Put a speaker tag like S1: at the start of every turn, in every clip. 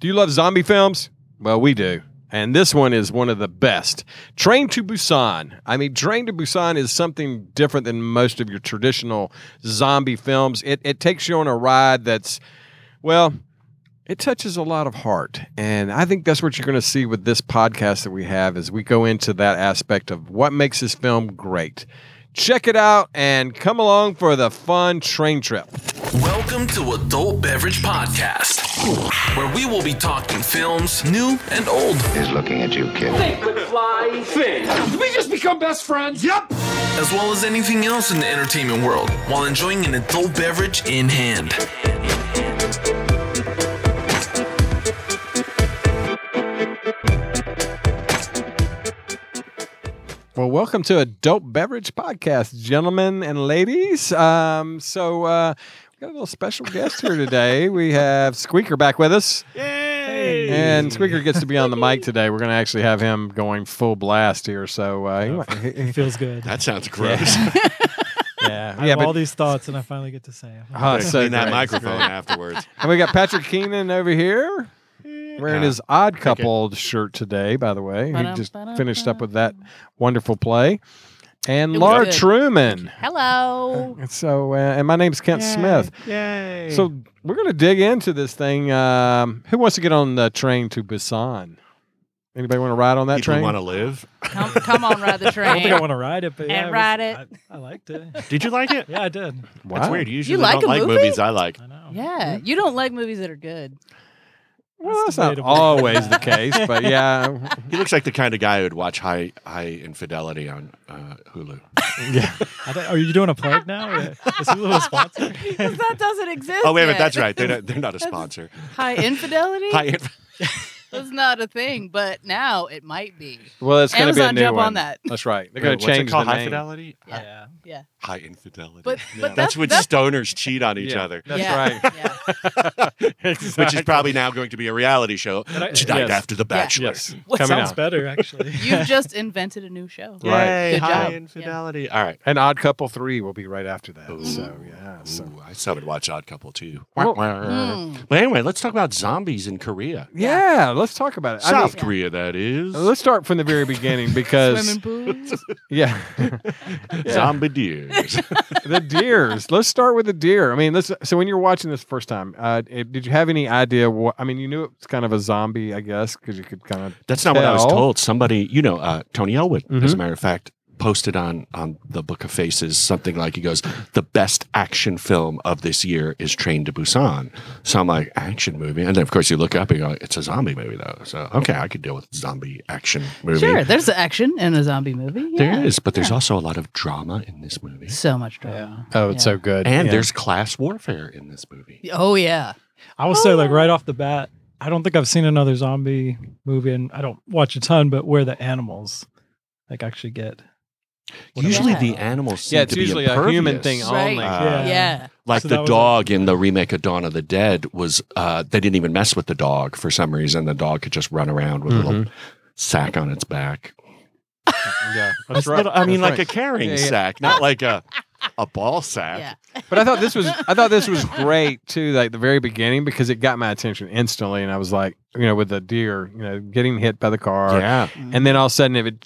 S1: Do you love zombie films? Well, we do. And this one is one of the best. Train to Busan. I mean, Train to Busan is something different than most of your traditional zombie films. It, it takes you on a ride that's, well, it touches a lot of heart and i think that's what you're going to see with this podcast that we have as we go into that aspect of what makes this film great check it out and come along for the fun train trip
S2: Welcome to Adult Beverage Podcast, where we will be talking films, new and old.
S3: is looking at you, kid.
S4: fly thing. Did we just become best friends? Yep.
S2: as well as anything else in the entertainment world, while enjoying an adult beverage in hand.
S1: well welcome to adult beverage podcast gentlemen and ladies um, so uh, we got a little special guest here today we have squeaker back with us
S5: Yay!
S1: And Squeaker gets to be on the mic today. We're going to actually have him going full blast here. So, uh, he might-
S5: It feels good.
S6: That sounds gross.
S1: yeah,
S5: I
S1: yeah,
S5: have all
S1: but,
S5: these thoughts, and I finally get to say them.
S1: oh, so
S6: in that
S1: great.
S6: microphone afterwards.
S1: And we got Patrick Keenan over here wearing
S6: Yeah.
S1: his odd couple shirt today, by the way. He just finished up with that wonderful play. And
S7: It was
S1: Laura
S7: good.
S1: Truman.
S7: Hello.
S1: And so, uh, and my name's Kent Smith.
S5: Yay!
S1: So we're going to dig into this thing. Um, who wants to get on the train to Busan? Anybody want to ride on that
S6: People
S1: train?
S6: want to live.
S7: Come, come on, ride the
S5: I don't think I
S7: train.
S5: want to ride it, but yeah,
S7: And
S5: it was-
S7: ride it.
S5: I, I liked it.
S6: Did you like it?
S5: Yeah, I did.
S1: Wow.
S6: That's weird. You usually
S7: like
S6: don't
S7: a
S6: like
S7: movie?
S6: movies I like.
S5: I know.
S7: Yeah, you don't like movies that are good.
S1: Well, that's
S5: That's
S1: not
S5: debatable.
S1: always the case, but yeah.
S6: He looks like the kind of guy who would watch High High Infidelity on uh, Hulu.
S5: I don't- are you doing a plug now? Is Hulu a sponsor?
S7: Because that doesn't exist.
S6: Oh wait a minute,
S7: yet.
S6: that's right. They're not, they're not a sponsor.
S7: High infidelity?
S6: High Inf-
S7: That's not a thing, but now it might be.
S1: Well, it's going to be a
S7: Amazon
S1: new
S7: jump
S1: one.
S7: on that.
S1: That's right. They're
S6: Wait,
S1: going
S6: what's
S1: to
S6: it
S1: change the
S6: called? High
S1: name.
S6: Fidelity. Hi-
S5: Yeah.
S7: Yeah.
S6: High Infidelity.
S7: But, but
S6: that's when
S7: that's,
S6: stoners cheat on each
S1: Yeah,
S6: other,
S1: That's
S7: yeah,
S1: right.
S7: yeah.
S6: which is probably now going to be a reality show
S5: I-
S6: tonight
S1: Yes.
S6: after The Bachelor.
S1: Yes.
S5: What
S1: Coming
S5: sounds
S1: out.
S5: better actually?
S7: You've just invented a new show.
S1: Yeah. Right.
S6: Yay,
S7: Good
S6: High
S7: job.
S6: Infidelity. All right.
S1: And Odd Couple 3 will be right after that. So, yeah. So.
S6: Ooh, I still would watch Odd Couple too.
S1: Well-
S6: Uh,
S7: Hmm.
S6: But anyway, let's talk about zombies in Korea.
S1: Yeah, let's talk about it. I
S6: South
S1: mean,
S6: Korea, that is.
S1: Let's start from the very beginning because,
S7: Swimming pools.
S1: yeah,
S6: Zombie deers.
S1: the deers. Let's start with the deer. I mean, let's, so when you're watching this first time, uh, it- did you have any idea what? I mean, you knew it's kind of a zombie, I guess, because you could kind of.
S6: That's not what I was
S1: Tell.
S6: told. Somebody, you know, uh, Tony Elwood, as
S1: Mhm.
S6: a matter of fact, posted on on the Book of Faces something like he goes, "The best action film of this year is Train to Busan." So I'm like, action movie, and then of course you look up and you go, "It's a zombie movie, though." So okay, I could deal with zombie action movie.
S7: Sure, there's action in a zombie movie. Yeah.
S6: there is, but there's also a lot of drama in this movie,
S7: So much drama.
S1: Oh, it's
S7: Yeah.
S1: so good.
S6: and
S1: Yeah.
S6: there's class warfare in this movie.
S7: Oh, yeah.
S5: I will say,
S7: Oh.
S5: like right off the bat, I don't think I've seen another zombie movie, and I don't watch a ton, but where the animals like actually get.
S6: usually,
S7: about-
S6: the animals seem
S1: yeah, it's
S6: to be
S1: usually a human
S6: impervious.
S1: thing
S7: Right.
S1: only.
S6: Uh,
S5: Yeah.
S7: yeah.
S6: like
S5: So that
S6: the
S5: was a-
S6: dog in the remake of Dawn of the Dead was uh, they didn't even mess with the dog for some reason. The dog could just run around with a
S1: Mm-hmm.
S6: little sack on its back.
S1: yeah, that's right.
S6: Little- I mean,
S1: That's
S6: like
S1: right.
S6: a carrying
S1: Yeah, yeah.
S6: sack, not like a a ball
S7: Yeah.
S6: sack.
S1: But I thought this was I thought this was great too, like the very beginning because it got my attention instantly, and I was like, you know, with the deer, you know, getting hit by the car,
S6: Yeah,
S1: and then all of a sudden, if it,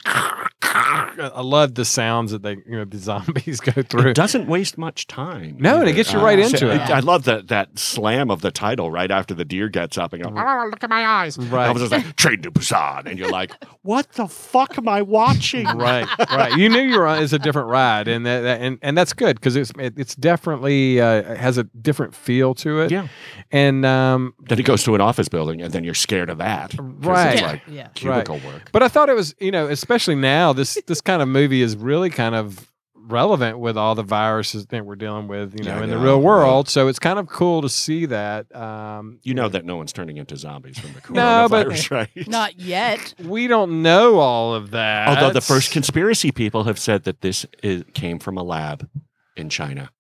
S1: I love the sounds that they, you know, the zombies go through.
S6: it doesn't waste much time.
S1: No, and it gets you right
S6: Uh, so
S1: into it.
S6: I love that that slam of the title right after the deer gets up and goes, "Ah, look at my eyes.
S1: Mm-hmm. Right.
S6: I was just like, Train to Busan. And you're like, what the fuck am I watching?
S1: right, right. You knew you were on. It's a different ride, and that, that- and and that's good because it's it, it's definitely uh, has a different feel to it.
S6: Yeah.
S1: and um,
S6: Then it goes to an office building and then you're scared of that. 'Cause
S1: Right.
S6: It's
S7: Yeah.
S6: like
S7: yeah.
S6: cubicle work.
S1: But I thought it was, you know, especially now, this this kind of movie is really kind of relevant with all the viruses that we're dealing with, you know,
S6: Yeah, I
S1: in the
S6: know.
S1: real world. So it's kind of cool to see that. Um,
S6: You know that no one's turning into zombies from the
S1: No,
S6: coronavirus,
S1: but-
S6: right?
S7: Not yet.
S1: we don't know all of that.
S6: Although the first conspiracy people have said that this is, came from a lab in China.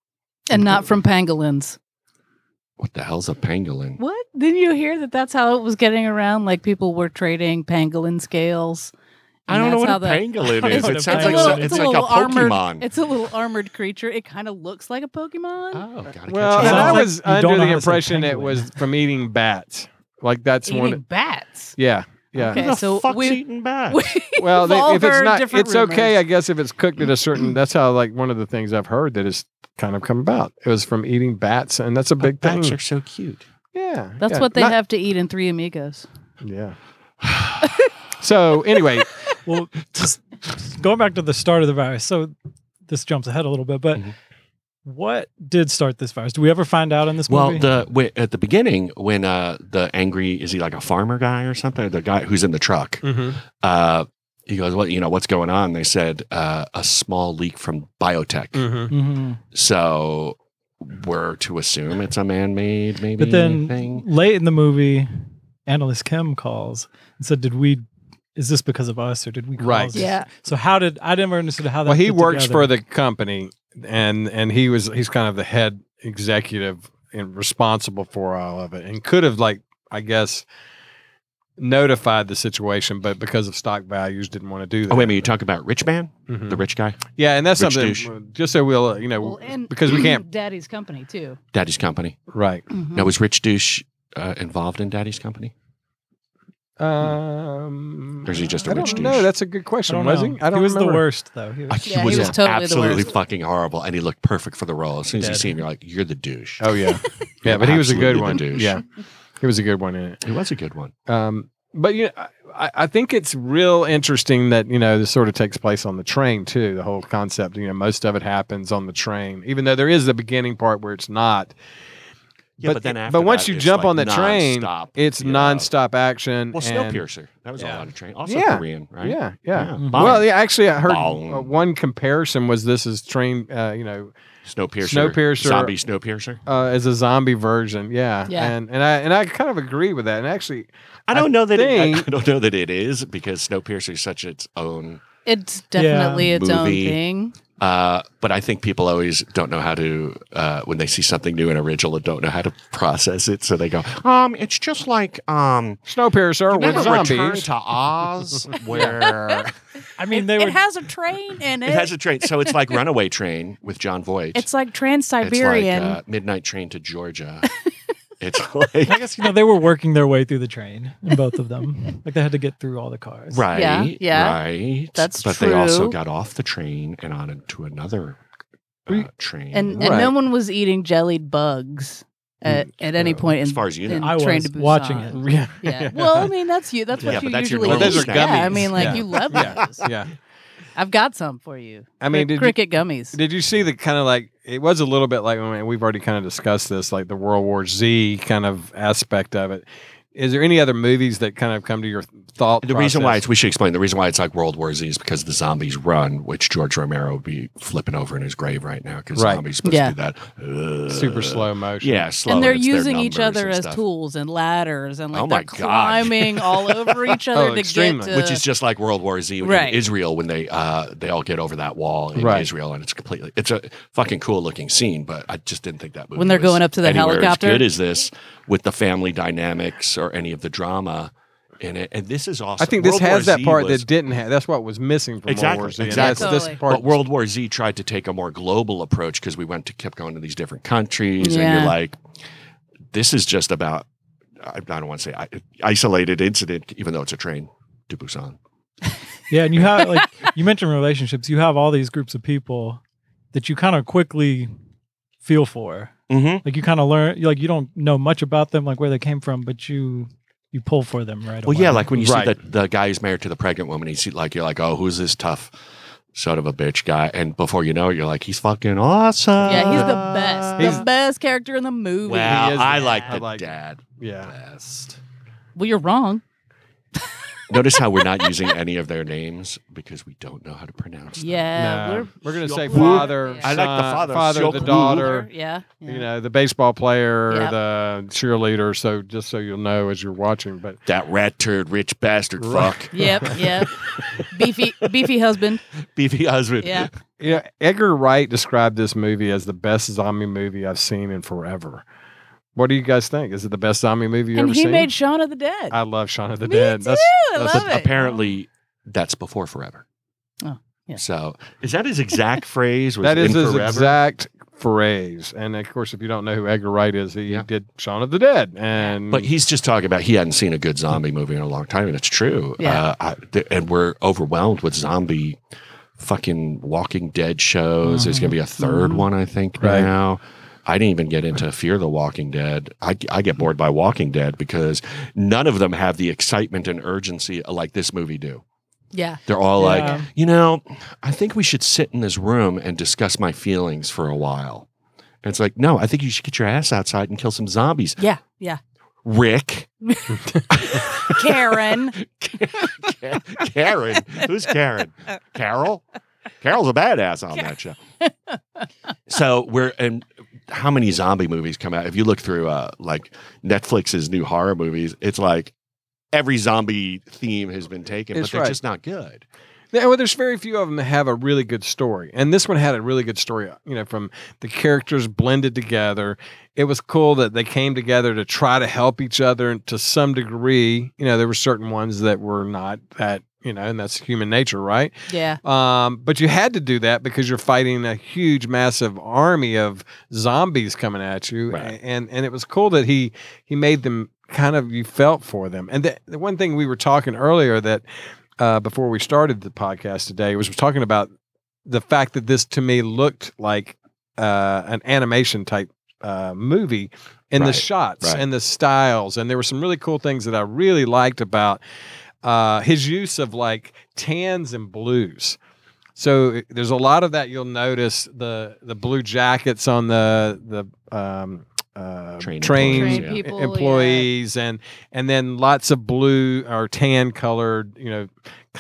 S7: And not from pangolins.
S6: What the hell's a pangolin?
S7: What? Didn't you hear that that's how it was getting around? Like people were trading pangolin scales.
S6: I don't
S7: and
S6: know
S7: that's
S6: what
S7: how
S6: a
S7: the-
S6: pangolin
S5: don't
S6: is.
S5: know
S6: It
S5: what a
S6: sounds
S5: pangolin
S6: like
S5: is.
S6: some- it's, like a
S7: Armored,
S6: Pokemon.
S7: it's a little armored creature. It kind of looks like a Pokemon.
S6: Oh, gotta catch
S1: Well,
S5: Sounds
S1: and I
S6: one.
S5: like
S1: was
S5: you don't
S1: under
S5: know
S1: the
S5: how to say
S1: impression it
S5: penguin.
S1: was from eating bats. Like that's
S7: eating
S1: one.
S7: bats.
S1: Yeah, yeah.
S7: Okay, so we-
S6: eating bats?
S1: Well, they, if
S7: We've all
S1: it's
S7: heard
S1: not,
S7: different
S1: it's okay,
S7: rumors.
S1: I guess. If it's cooked at a certain, that's how like one of the things I've heard that has kind of come about. It was from eating bats, and that's a big
S6: bats
S1: thing.
S6: are so cute.
S1: yeah,
S7: That's
S1: yeah.
S7: what they
S1: Not-
S7: have to eat in Three Amigos.
S1: Yeah. so anyway,
S5: well, just going back to the start of the virus. So this jumps ahead a little
S1: Mm-hmm.
S5: bit, but
S6: Mhm.
S5: what did start this virus? Do we ever find out in this
S6: Well,
S5: movie?
S6: the wi- at the beginning when uh the angry is he like a farmer guy or something? The guy who's in the truck.
S1: Mm-hmm,
S6: Uh, he goes, "What you know? What's going on?" They said uh, a small leak from biotech.
S1: mm-hmm.
S5: Mhm.
S6: So we're to assume it's a man-made maybe
S5: But then
S6: thing.
S5: late in the movie, Analyst Kim calls and said, "Did we? Is this because of us, or did we?"
S1: Right.
S5: Cause this?" So how did I never understood how that?
S1: well, he
S5: fit
S1: works
S5: together.
S1: for the company, and and he was he's kind of the head executive and responsible for all of it, and could have like I guess notified the situation, but because of stock values, didn't want to do that.
S6: Oh wait, a minute, you talk about rich man,
S1: Mhm.
S6: the rich guy,
S1: Yeah, and that's
S6: Rich
S1: something.
S6: douche.
S1: Just so we'll, uh, you know,
S7: Well, and
S1: because we can't.
S7: Daddy's company too. Mm-hmm.
S6: Daddy's company.
S1: Right.
S6: Now was Rich Douche uh, involved in Daddy's company?
S1: Um,
S6: Or is he just a
S1: I don't
S6: rich
S1: know.
S6: douche?
S1: That's a good
S5: I
S1: question.
S5: don't
S1: was
S5: know.
S1: he? I don't
S5: was
S1: remember.
S5: the worst though. He
S6: Uh,
S5: was,
S7: Yeah, he was totally the
S6: absolutely
S7: worst.
S6: fucking horrible, and he looked perfect for the role. As soon as you
S5: Dead.
S6: see him, you're like, "You're the douche."
S1: Oh yeah, yeah. But he was a
S6: Absolutely
S1: good
S6: the
S1: one.
S6: douche.
S1: Yeah, he was a good one in it.
S6: It was a good one.
S1: Um, but you know, I- I, I think it's real interesting that you know this sort of takes place on the train too. The whole concept, you know, most of it happens on the train, even though there is the beginning part where it's not.
S6: Yeah, but then after
S1: but once
S6: that,
S1: you
S6: it's
S1: jump
S6: like
S1: on the train,
S6: nonstop,
S1: it's
S6: you know.
S1: nonstop action.
S6: Well,
S1: and-
S6: Snowpiercer. That was
S1: Yeah.
S6: all on a train. Also
S1: Yeah.
S6: Korean, right?
S1: Yeah, yeah. Mm-hmm.
S5: Mhm.
S7: Mm-hmm.
S6: Bong.
S1: Well, yeah, actually, I heard
S6: Bong.
S1: uh, one comparison was this is train, uh, you know,
S6: Snowpiercer.
S1: Snowpiercer.
S6: Zombie Snowpiercer.
S1: uh, as a zombie version. Yeah,
S7: Yeah.
S1: And and I and I kind of agree with that. And actually,
S6: I don't know that. It, I-
S1: think-
S6: I don't know that it is because Snowpiercer is such its own.
S7: It's definitely its own
S6: Movie.
S7: thing.
S6: Uh, but I think people always don't know how to uh, when they see something new and original and don't know how to process it, so they go, "Um, it's just like um,
S1: Snowpiercer with
S6: remember Return
S1: zombies.
S6: to Oz, where
S5: I mean, they
S7: it
S5: were.
S7: has a train in it.
S6: it has a train. So it's like Runaway Train with John Voight.
S7: it's like Trans
S6: It's like
S7: Siberian.
S6: uh, Midnight Train to Georgia. it's like
S5: I guess you know they were working their way through the train in both of them. Like they had to get through all the cars.
S6: Right.
S7: Yeah, yeah.
S6: Right.
S7: That's
S6: but they also
S7: true.
S6: got off the train and on into another uh,
S1: We-
S6: train.
S7: and
S1: Right.
S7: and no one was eating jellied bugs at, at any
S6: uh,
S7: point in
S6: as far as you
S7: in
S6: know.
S5: I
S7: Train
S5: was
S7: to Busan.
S5: watching it.
S1: Yeah.
S7: Yeah. Well, I mean that's you. That's what
S6: Yeah,
S7: you
S6: but that's your
S7: usually
S6: normal
S7: eat.
S6: snack.
S7: Yeah, I mean like
S1: Yeah.
S7: you love
S1: Yeah.
S7: those.
S1: yeah.
S7: I've got some for you.
S1: I mean, did you,
S7: cricket gummies.
S1: did you see the kind of like it was a little bit like I mean, we've already kind of discussed this, like the World War Z kind of aspect of it. Is there any other movies that kind of come to your thought?
S6: the reason why
S1: process?
S6: it's, we should explain the reason why it's like World War Z is because the zombies run, which George Romero would be flipping over in his grave right now because
S1: Right.
S6: zombies supposed
S7: Yeah.
S6: to do that uh,
S1: super slow motion.
S6: Yeah, slow.
S7: and they're
S6: it's their
S7: using each
S6: numbers
S7: other
S6: and
S7: as
S6: stuff,
S7: tools and ladders and like
S6: Oh my
S7: they're
S6: God.
S7: climbing all over each other
S1: Oh,
S7: to
S1: extremely.
S7: get to,
S6: Which is just like World War Z in
S7: Right.
S6: Israel when they uh, they all get over that wall in
S1: Right.
S6: Israel and it's completely it's a fucking cool looking scene, but I just didn't think that movie
S7: When they're
S6: was
S7: going up to that
S6: anywhere
S7: helicopter?
S6: As good as this with the family dynamics or any of the drama in it, and this is awesome.
S1: I think this
S6: World War
S1: has that
S6: Z
S1: part
S6: was-
S1: that didn't have. That's what was missing from
S6: Exactly,
S1: World War Z. and
S6: exactly.
S1: that's
S7: Totally.
S1: this part.
S6: but World War Z tried to take a more global approach because we went to kept going to these different countries, and
S7: Yeah.
S6: you're like, this is just about. I I don't want to say I, isolated incident, even though it's a train to Busan.
S5: Yeah, and you have like you mentioned relationships. You have all these groups of people that you kind of quickly feel for.
S6: Mm-hmm.
S5: Like you kind of learn, like you don't know much about them, like where they came from, but you you pull for them right
S6: Well,
S5: away.
S6: yeah, like when you
S1: Right.
S6: see the the guy who's married to the pregnant woman, you see like you're like, oh, who's this tough son of a bitch guy? And before you know it, you're like, he's fucking awesome.
S7: yeah, he's
S5: Uh,
S7: the best,
S1: He's-
S7: the best character in the movie.
S6: Wow,
S1: He is
S6: I
S1: the-
S6: like
S1: I
S6: the
S1: like-
S6: dad
S1: yeah,
S6: best.
S7: Well, you're wrong.
S6: Notice how we're not using any of their names because we don't know how to pronounce them.
S7: Yeah,
S1: no,
S7: Uh, we're,
S1: we're, gonna say
S7: Woo.
S1: father.
S7: I
S6: like the
S1: son-
S6: father.
S1: Father,
S6: So
S1: the
S6: cool.
S1: daughter.
S7: yeah, yeah.
S1: You know, the baseball player,
S7: Yep.
S1: the cheerleader. So just so you'll know as you're watching, but
S6: That rat turd, rich bastard,
S1: Right.
S6: fuck,
S7: Yep, yep. beefy, beefy husband.
S6: beefy husband.
S7: Yeah,
S1: Yeah, Edgar Wright described this movie as the best zombie movie I've seen in forever. What do you guys think? Is it the best zombie movie you
S7: and
S1: ever
S7: he
S1: seen?
S7: made Shaun of the Dead.
S1: I love Shaun of the
S7: Me
S1: Dead.
S7: too.
S1: That's
S7: I
S1: that's-
S7: love
S6: But
S7: it.
S6: apparently, that's before forever.
S7: Oh, yeah.
S6: So is that his exact phrase? Was
S1: that is
S6: in
S1: his
S6: forever?
S1: exact Fraze. And of course, if you don't know who Edgar Wright is, he
S6: Yeah.
S1: did Shaun of the Dead. And
S6: But he's just talking about he hadn't seen a good zombie movie in a long time, and it's true.
S7: Yeah.
S6: Uh, I, th- and we're overwhelmed with zombie fucking Walking Dead shows. There's going to be a 3rd
S7: Mm-hmm.
S6: one, I think,
S1: Right.
S6: now. I didn't even get into Fear the Walking Dead. I, I get bored by Walking Dead because none of them have the excitement and urgency like this movie do.
S7: Yeah.
S6: They're all
S5: Yeah.
S6: like, you know, I think we should sit in this room and discuss my feelings for a while. And it's like, no, I think you should get your ass outside and kill some zombies,
S7: Yeah. Yeah.
S6: Rick.
S7: Karen.
S6: Karen. Who's Karen? Carol? Carol's a badass on that show. So we're and how many zombie movies come out? If you look through uh like Netflix's new horror movies, it's like every zombie theme has been taken,
S1: It's
S6: but they're
S1: right.
S6: just not good.
S1: Yeah, well, there's very few of them that have a really good story, and this one had a really good story. You know, from the characters blended together, it was cool that they came together to try to help each other and to some degree. You know, there were certain ones that were not that. You know, and that's human nature, right?
S7: Yeah.
S1: Um, but you had to do that because you're fighting a huge, massive army of zombies coming at you,
S6: Right.
S1: and and it was cool that he he made them kind of you felt for them. And the, the one thing we were talking earlier that uh, before we started the podcast today was talking about the fact that this to me looked like uh, an animation type uh, movie in the
S6: Right,
S1: shots
S6: right.
S1: and the styles. And there were some really cool things that I really liked about uh, his use of like tans and blues. So it- there's a lot of that you'll notice the the blue jackets on the the um, uh,
S6: Train
S1: train
S6: employees,
S7: Train
S6: yeah.
S7: people. yeah.
S1: employees and and then lots of blue or tan colored you know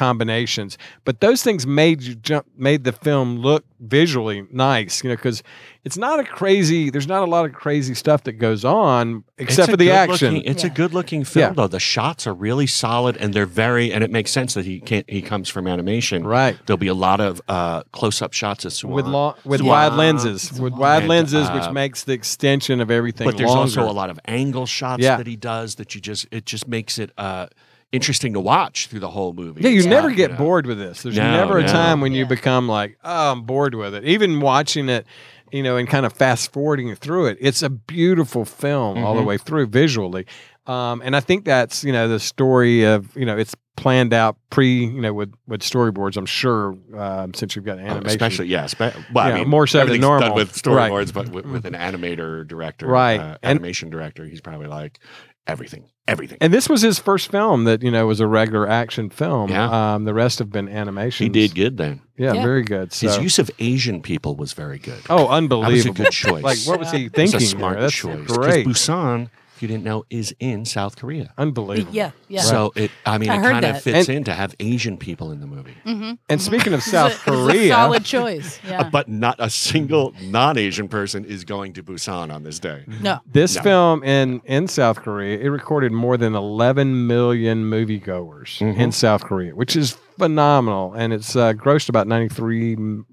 S1: combinations but those things made you jump made the film look visually nice you know because it's not a crazy there's not a lot of crazy stuff that goes on except
S6: It's
S1: for
S6: a
S1: the
S6: good
S1: action
S6: looking- it's a
S7: Yeah.
S6: good looking film
S1: Yeah.
S6: though. The shots are really solid and they're very and it makes sense that he can't he comes from animation.
S1: right
S6: There'll be a lot of uh close up shots of Swan.
S1: with long with
S6: Yeah.
S1: wide lenses with wide
S6: And,
S1: lenses
S6: uh,
S1: which makes the extension of everything
S6: but there's
S1: longer.
S6: also a lot of angle shots
S1: Yeah.
S6: that he does that you just it just makes it uh interesting to watch through the whole movie
S1: Yeah, you
S6: It's
S1: never
S6: not,
S1: get
S6: know,
S1: bored with this. There's
S6: No,
S1: never a
S6: no.
S1: time when you
S7: Yeah.
S1: become like, oh, I'm bored with it. Even watching it, you know, and kind of fast forwarding through it, it's a beautiful film all the
S6: Mhm.
S1: way through visually. Um, and I think that's you know the story of you know it's planned out pre you know with with storyboards. I'm sure um, since you've got
S6: uh,
S1: animation,
S6: especially yeah, spe- well,
S1: Yeah,
S6: I mean,
S1: more so than
S6: everything's
S1: normal.
S6: done with
S1: Right. Mm-hmm.
S6: storyboards but with, with an animator director
S1: Right.
S6: uh,
S1: And-
S6: animation director he's probably like everything everything
S1: And this was his first film that you know was a regular action film.
S6: Yeah.
S1: Um, the rest have been animation.
S6: he did good then
S1: Yeah,
S7: Yeah.
S1: very good. So.
S6: his use of asian people was very good
S1: oh,
S6: that was a
S1: unbelievable.
S6: good choice
S1: Like, what was he
S6: It was
S1: thinking?
S6: a
S1: there?
S6: smart
S1: That's
S6: choice 'cause
S1: Great.
S6: busan if you didn't know is in south korea
S1: Unbelievable.
S7: Yeah. Yeah.
S6: so it i mean
S7: I
S6: it
S7: heard
S6: kind of
S7: that.
S6: fits
S1: And-
S6: in to have asian people in the movie
S7: Mhm.
S1: And speaking of South
S7: It's a- it's a
S1: Korea,
S7: solid choice. Yeah.
S6: Uh, but not a single non-Asian person is going to Busan on this day.
S7: No.
S1: this
S6: No.
S1: film in in South Korea, it recorded more than 11 million moviegoers
S6: Mhm.
S1: in South Korea, which is phenomenal, and it's uh, grossed about 93 m-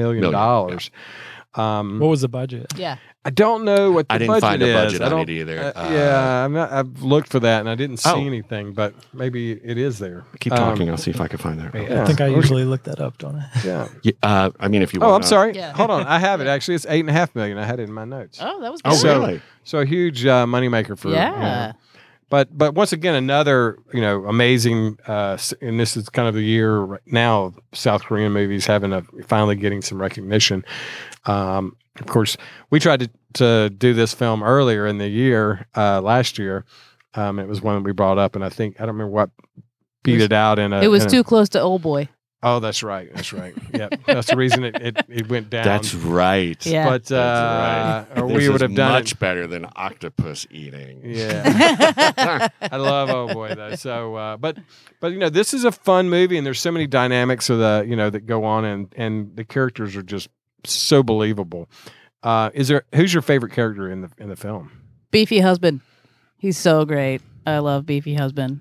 S1: million
S6: Million,
S1: dollars. Um,
S5: What was the budget?
S7: Yeah.
S1: I don't know what the
S6: I didn't
S1: budget
S6: find a
S1: is.
S6: budget
S1: I
S6: on
S1: don't-
S6: it either.
S1: uh,
S6: Uh,
S1: yeah, I'm not, I've looked for that and I didn't see
S6: Oh.
S1: anything, but maybe it is there.
S6: Keep
S1: Um,
S6: talking. I'll see if I can find that. real
S1: Yeah.
S5: I think I
S1: Okay.
S5: usually look that up, don't I?
S1: Yeah.
S6: quick. Yeah, Uh, I mean, if you.
S1: Oh, I'm
S6: want, uh,
S1: sorry.
S7: Yeah.
S1: Hold on, I have it actually. It's eight and a half million. I had it in my notes.
S7: Oh, that was
S6: Oh,
S7: good.
S1: So-
S6: really?
S1: So a huge uh, moneymaker for you
S7: yeah.
S1: know, but but once again another you know amazing uh s- and this is kind of the year right now of south korean movies having a finally getting some recognition um of course we tried to to do this film earlier in the year uh last year um it was one that we brought up and i think i don't remember what beat
S7: It
S1: it,
S7: was-
S1: out in a
S7: It was
S1: in a-
S7: too close to old boy.
S1: oh that's right that's right yep that's the reason it it, it went down
S6: That's right.
S7: Yeah.
S1: but uh
S6: That's
S1: or
S6: This
S1: we
S6: is
S1: would have done
S6: much
S1: it
S6: better than octopus eating.
S1: yeah I love Oh Boy though. So, uh, but but you know, this is a fun movie, and there's so many dynamics of the you know that go on, and and the characters are just so believable. Uh, is there who's your favorite character in the in the film?
S7: Beefy husband. He's so great. I love Beefy husband.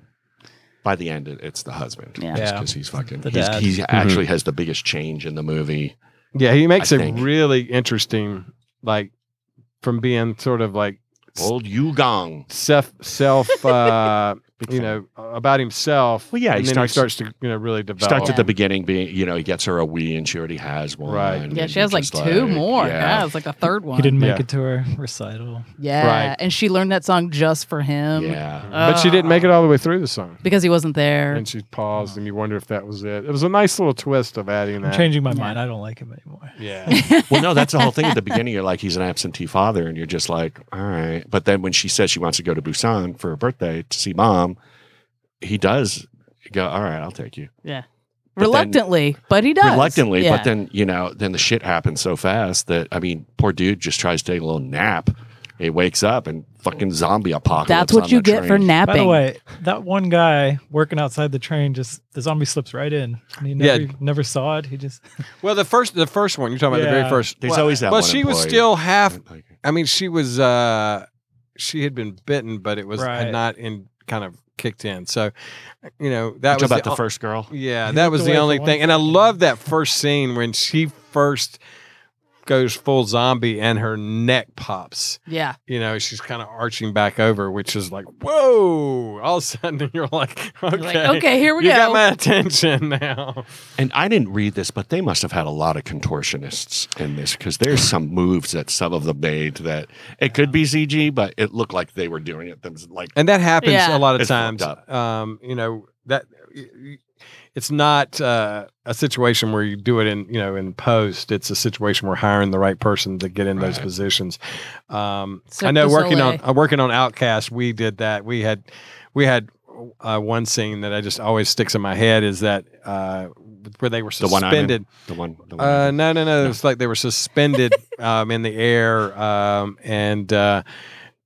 S6: By the end, it, it's the husband.
S7: Yeah.
S5: Yeah.
S6: Because he's fucking.
S5: The
S6: He's,
S5: dad.
S6: he actually has the biggest change in the movie.
S1: Yeah, he makes
S6: I
S1: a
S6: think-
S1: really interesting, like from being sort of like
S6: Old Yugong.
S1: self self uh,
S6: Big
S1: you
S6: fan.
S1: know, about himself.
S6: Well, yeah,
S1: and
S6: he
S1: then
S6: starts-
S1: he starts to you know really develop.
S6: starts at
S7: Yeah.
S6: the beginning being you know he gets her a Wii and she already has one.
S1: Right.
S7: Yeah,
S6: and
S7: she has like
S6: just
S7: two more. Yeah.
S6: Yeah,
S7: it's like a third one.
S5: He didn't make
S1: Yeah.
S5: it to her recital.
S7: Yeah,
S1: Right.
S7: and she learned that song just for him.
S6: yeah.
S1: but she didn't make it all the way through the song.
S7: because he wasn't there.
S1: And she paused, and you wonder if that was it. It was a nice little twist of adding
S5: I'm
S1: that.
S5: changing my
S7: Yeah.
S5: mind. I don't like him anymore.
S1: Yeah,
S6: Well, no, that's the whole thing. At the beginning, you're like he's an absentee father, and you're just like, all right. But then when she says she wants to go to Busan for her birthday to see mom, he does go. All right, I'll take you. but then-
S7: Reluctantly, but he does.
S6: reluctantly.
S7: Yeah.
S6: But then you know, then the shit happens so fast that I mean, poor dude just tries to take a little nap. He wakes up and fucking zombie apocalypse.
S7: that's
S6: on
S7: what you
S6: the
S7: get for
S6: train.
S7: napping.
S5: By the way, that one guy working outside the train just the zombie slips right in. And he never
S1: Yeah.
S5: never saw it. He just
S1: Well, the first, the first one you're talking about, the very
S5: Yeah.
S1: first.
S6: There's
S1: well,
S6: always that
S1: Well,
S6: one
S1: she was
S6: employee.
S1: still half. I mean, she was. uh She had been bitten, but it was had
S5: Right.
S1: not in kind of kicked in. So, you know, that
S6: What
S1: was
S6: about the
S1: o-
S6: first girl?
S1: Yeah,
S5: He
S1: that
S5: looked
S1: was
S5: away
S1: the
S5: for
S1: only
S5: one
S1: thing. And I
S5: second.
S1: love that first scene when she first goes full zombie and her neck pops.
S7: yeah,
S1: You know, she's kind of arching back over, which is like, whoa! All of a sudden, you're like, okay,
S7: You're like, okay, here we
S1: you
S7: go.
S1: got my attention now.
S6: And I didn't read this, but they must have had a lot of contortionists in this because there's some moves that some of them made that it could be CG, but it looked like they were doing it. Them like
S1: and that happens a
S7: Yeah.
S1: lot of
S6: It's fucked
S1: times.
S6: up.
S1: Um, you know that it's not uh, a situation where you do it in you know in post. It's a situation where hiring the right person to get in those
S6: Right.
S1: positions. Um, I
S7: Cirque
S1: know
S7: du
S1: working on
S7: Soleil.
S1: uh, working on Outcast, we did that. We had we had uh, one scene that I just always sticks in my head is that uh, where they were
S6: The one I'm in?
S1: suspended.
S6: the one. The one
S1: Uh, no, no, no.
S6: No.
S1: It's like they were suspended um, in the air, um, and uh,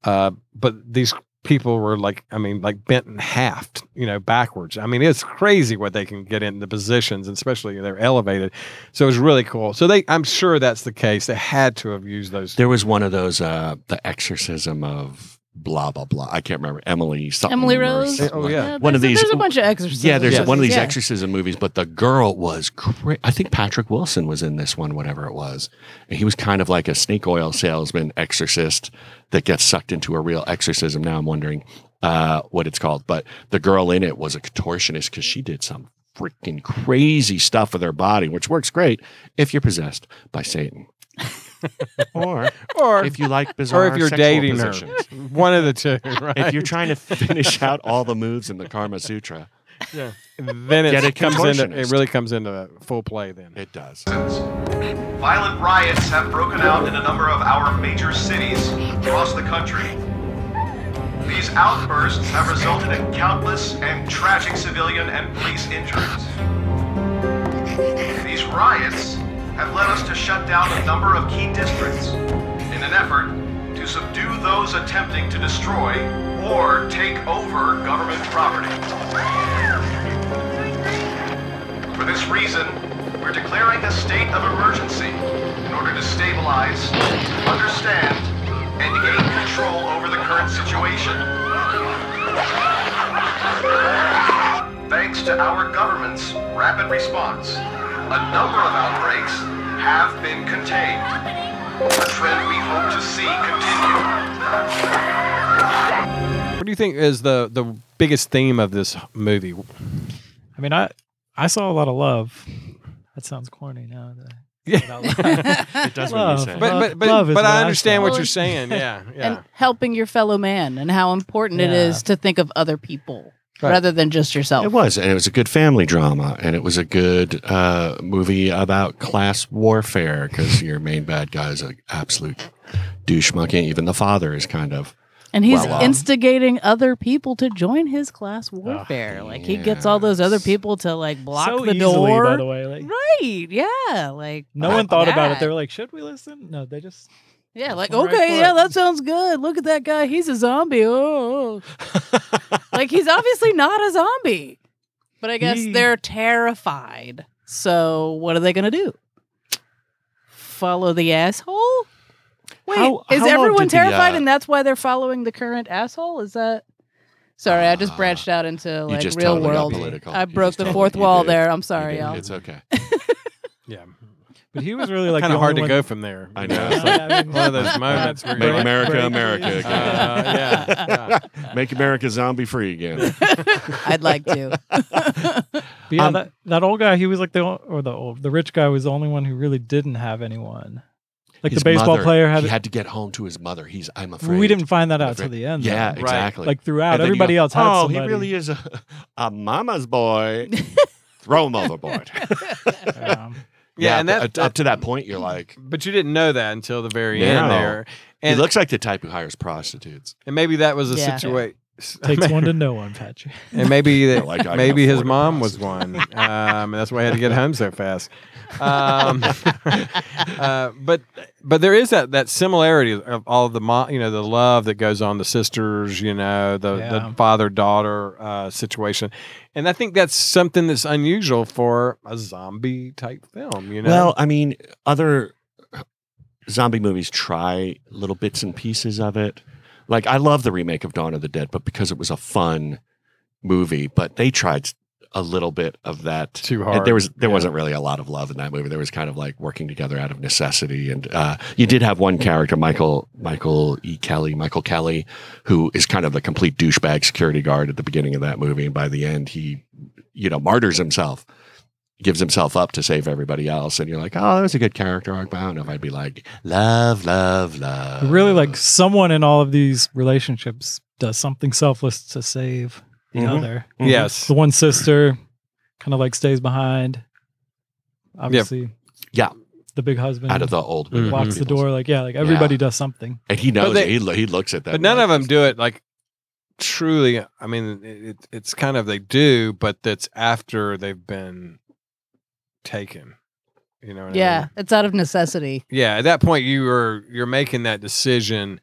S1: uh, but these people were like, I mean, like bent in half, you know, backwards. I mean, it's crazy what they can get in the positions, and especially they're elevated. So it was really cool. So they, I'm sure that's the case. They had to have used those.
S6: there was one of those, uh, the exorcism of blah, blah, blah. I can't remember. Emily something.
S7: Emily
S6: or
S7: Rose?
S6: something
S1: Oh,
S6: like-
S1: yeah.
S7: Yeah,
S6: One of
S7: there's-
S6: these-
S7: There's a bunch of exercises.
S6: Yeah, there's
S1: Yeah.
S6: one of these
S7: Yeah.
S6: exorcism movies, but the girl was. Cra- I think Patrick Wilson was in this one, whatever it was, and he was kind of like a snake oil salesman exorcist that gets sucked into a real exorcism. Now I'm wondering uh, what it's called, but the girl in it was a contortionist because she did some freaking crazy stuff with her body, which works great if you're possessed by Satan, or
S1: or
S6: if you like bizarre,
S1: or if you're
S6: sexual
S1: dating
S6: positions.
S1: her, one of the two. Right?
S6: If you're trying to finish out all the moves in the Karma Sutra,
S1: yeah. then
S6: Get a
S1: it comes into it
S6: contortionist.
S1: really comes into full play then.
S6: it does.
S3: Violent riots have broken out in a number of our major cities across the country. These outbursts have resulted in countless and tragic civilian and police injuries. These riots have led us to shut down a number of key districts in an effort to subdue those attempting to destroy or take over government property. For this reason, we're declaring a state of emergency in order to stabilize, understand, and gain control over the current situation. Thanks to our government's rapid response, a number of outbreaks have been contained. A trend we hope to see continue.
S1: What do you think is the the biggest theme of this movie?
S5: I mean I I saw a lot of love. That sounds corny now. that I-
S6: It does when you
S5: Love.
S6: say. it.
S1: But
S5: Love-
S1: but but,
S5: love is
S1: but
S5: what
S1: I
S5: I
S1: understand what
S7: thought.
S1: you're saying. Yeah, yeah.
S7: and helping your fellow man and how important it
S5: Yeah.
S7: is to think of other people
S1: Right.
S7: rather than just yourself.
S5: Oh.
S6: It was, and it was a good family drama, and it was a good uh, movie about class warfare because your main bad guy is an absolute douche monkey. Even the father is kind of.
S7: And he's
S6: Wow.
S7: instigating other people to join his class warfare. like he gets all those other
S6: yes.
S7: people to like block
S5: so
S7: the
S5: easily,
S7: door.
S5: by the way. Like
S7: Right. Yeah. Like
S5: no one thought about it.
S7: that.
S5: They were like, should we listen? No, they just
S7: Yeah, like
S5: All right for
S7: okay, yeah,
S5: it.
S7: that sounds good. Look at that guy; he's a zombie. Oh, like he's obviously not a zombie, but I guess
S5: Yee.
S7: they're terrified. So what are they gonna do? Follow the asshole? Wait,
S6: How-
S7: is
S6: how long
S7: everyone
S6: did the,
S7: terrified,
S6: uh,
S7: and that's why they're following the current asshole? Is that? Sorry, I just
S6: Ah,
S7: branched out into like
S6: just
S7: real
S6: totally got
S7: world.
S6: political.
S7: I
S6: You
S7: broke
S6: just
S7: the
S6: totally-
S7: fourth
S6: you
S7: wall
S6: did.
S7: there. I'm
S6: You
S7: sorry,
S6: didn't-
S7: y'all.
S6: It's okay.
S1: yeah.
S5: But he was really like
S1: kind
S5: the
S1: of hard to
S5: only one-
S1: go from there.
S6: I
S1: you
S6: know.
S1: It's like one of those moments where
S6: Make
S1: you're like,
S6: America
S5: break.
S6: America
S5: Yeah.
S1: uh,
S6: again.
S1: yeah, yeah.
S6: Make America zombie free again.
S7: I'd like to.
S5: But yeah,
S6: Um,
S5: that, that old guy, he was like the o- or the old the rich guy was the only one who really didn't have anyone. Like
S6: His
S5: the baseball
S6: mother,
S5: player had,
S6: He had to get home to his mother. He's. I'm afraid.
S5: we didn't find that
S6: I'm
S5: out till
S6: afraid.
S5: the end.
S6: Yeah,
S1: Right.
S5: though.
S6: exactly.
S5: Like
S6: And
S5: throughout,
S6: then you
S5: everybody
S6: go,
S5: else had
S6: Oh,
S5: somebody.
S6: he really is a, a mama's boy. Throw him overboard.
S5: Um,
S1: Yeah, and
S6: but
S1: that-
S6: up-
S1: that-
S6: up to that point, you're like,
S1: But you didn't know that until the very end
S6: No.
S1: there,
S6: he
S1: and
S6: looks like the type who hires prostitutes.
S1: and maybe that was a
S7: Yeah.
S1: situation.
S5: takes one to know one, Patrick.
S1: and maybe that,
S6: like I can
S1: maybe his
S6: afford a
S1: mom was one.
S6: prostitute.
S1: Um, and that's why I had to get home so fast. Um, uh, but but there is that that similarity of all the mom, you know, the love that goes on, the sisters, you know, the,
S5: Yeah.
S1: the father daughter uh, situation, and I think that's something that's unusual for a zombie type film. You know,
S6: Well, I mean, other zombie movies try little bits and pieces of it. Like I love the remake of Dawn of the Dead, but because it was a fun movie, but they tried a little bit of that.
S1: Too
S6: And
S1: hard,
S6: There was there
S1: yeah.
S6: wasn't really a lot of love in that movie. There was kind of like working together out of necessity, and uh, you did have one character, Michael Michael E. Kelly, Michael Kelly, who is kind of the complete douchebag security guard at the beginning of that movie, and by the end he, you know, martyrs himself gives himself up to save everybody else, and you're like, oh, that was a good character arc, but I don't know if I'd be like, love, love, love.
S5: really, like someone in all of these relationships does something selfless to save the
S6: Mhm.
S5: other.
S1: yes,
S5: The one sister kind of like stays behind. Obviously.
S6: Yeah.
S5: The big husband
S6: out of the old
S1: Mhm.
S5: locks the door. Like, yeah, like
S6: Yeah.
S5: everybody does something.
S6: and he knows
S1: But they-
S6: it. he lo- he looks at that,
S1: but none
S6: like,
S1: of them do it like truly. I mean, it, it, it's kind of they do, but that's after they've been taken. You know, what I mean?
S7: Yeah, it's out of necessity.
S1: yeah at that point you are you're making that decision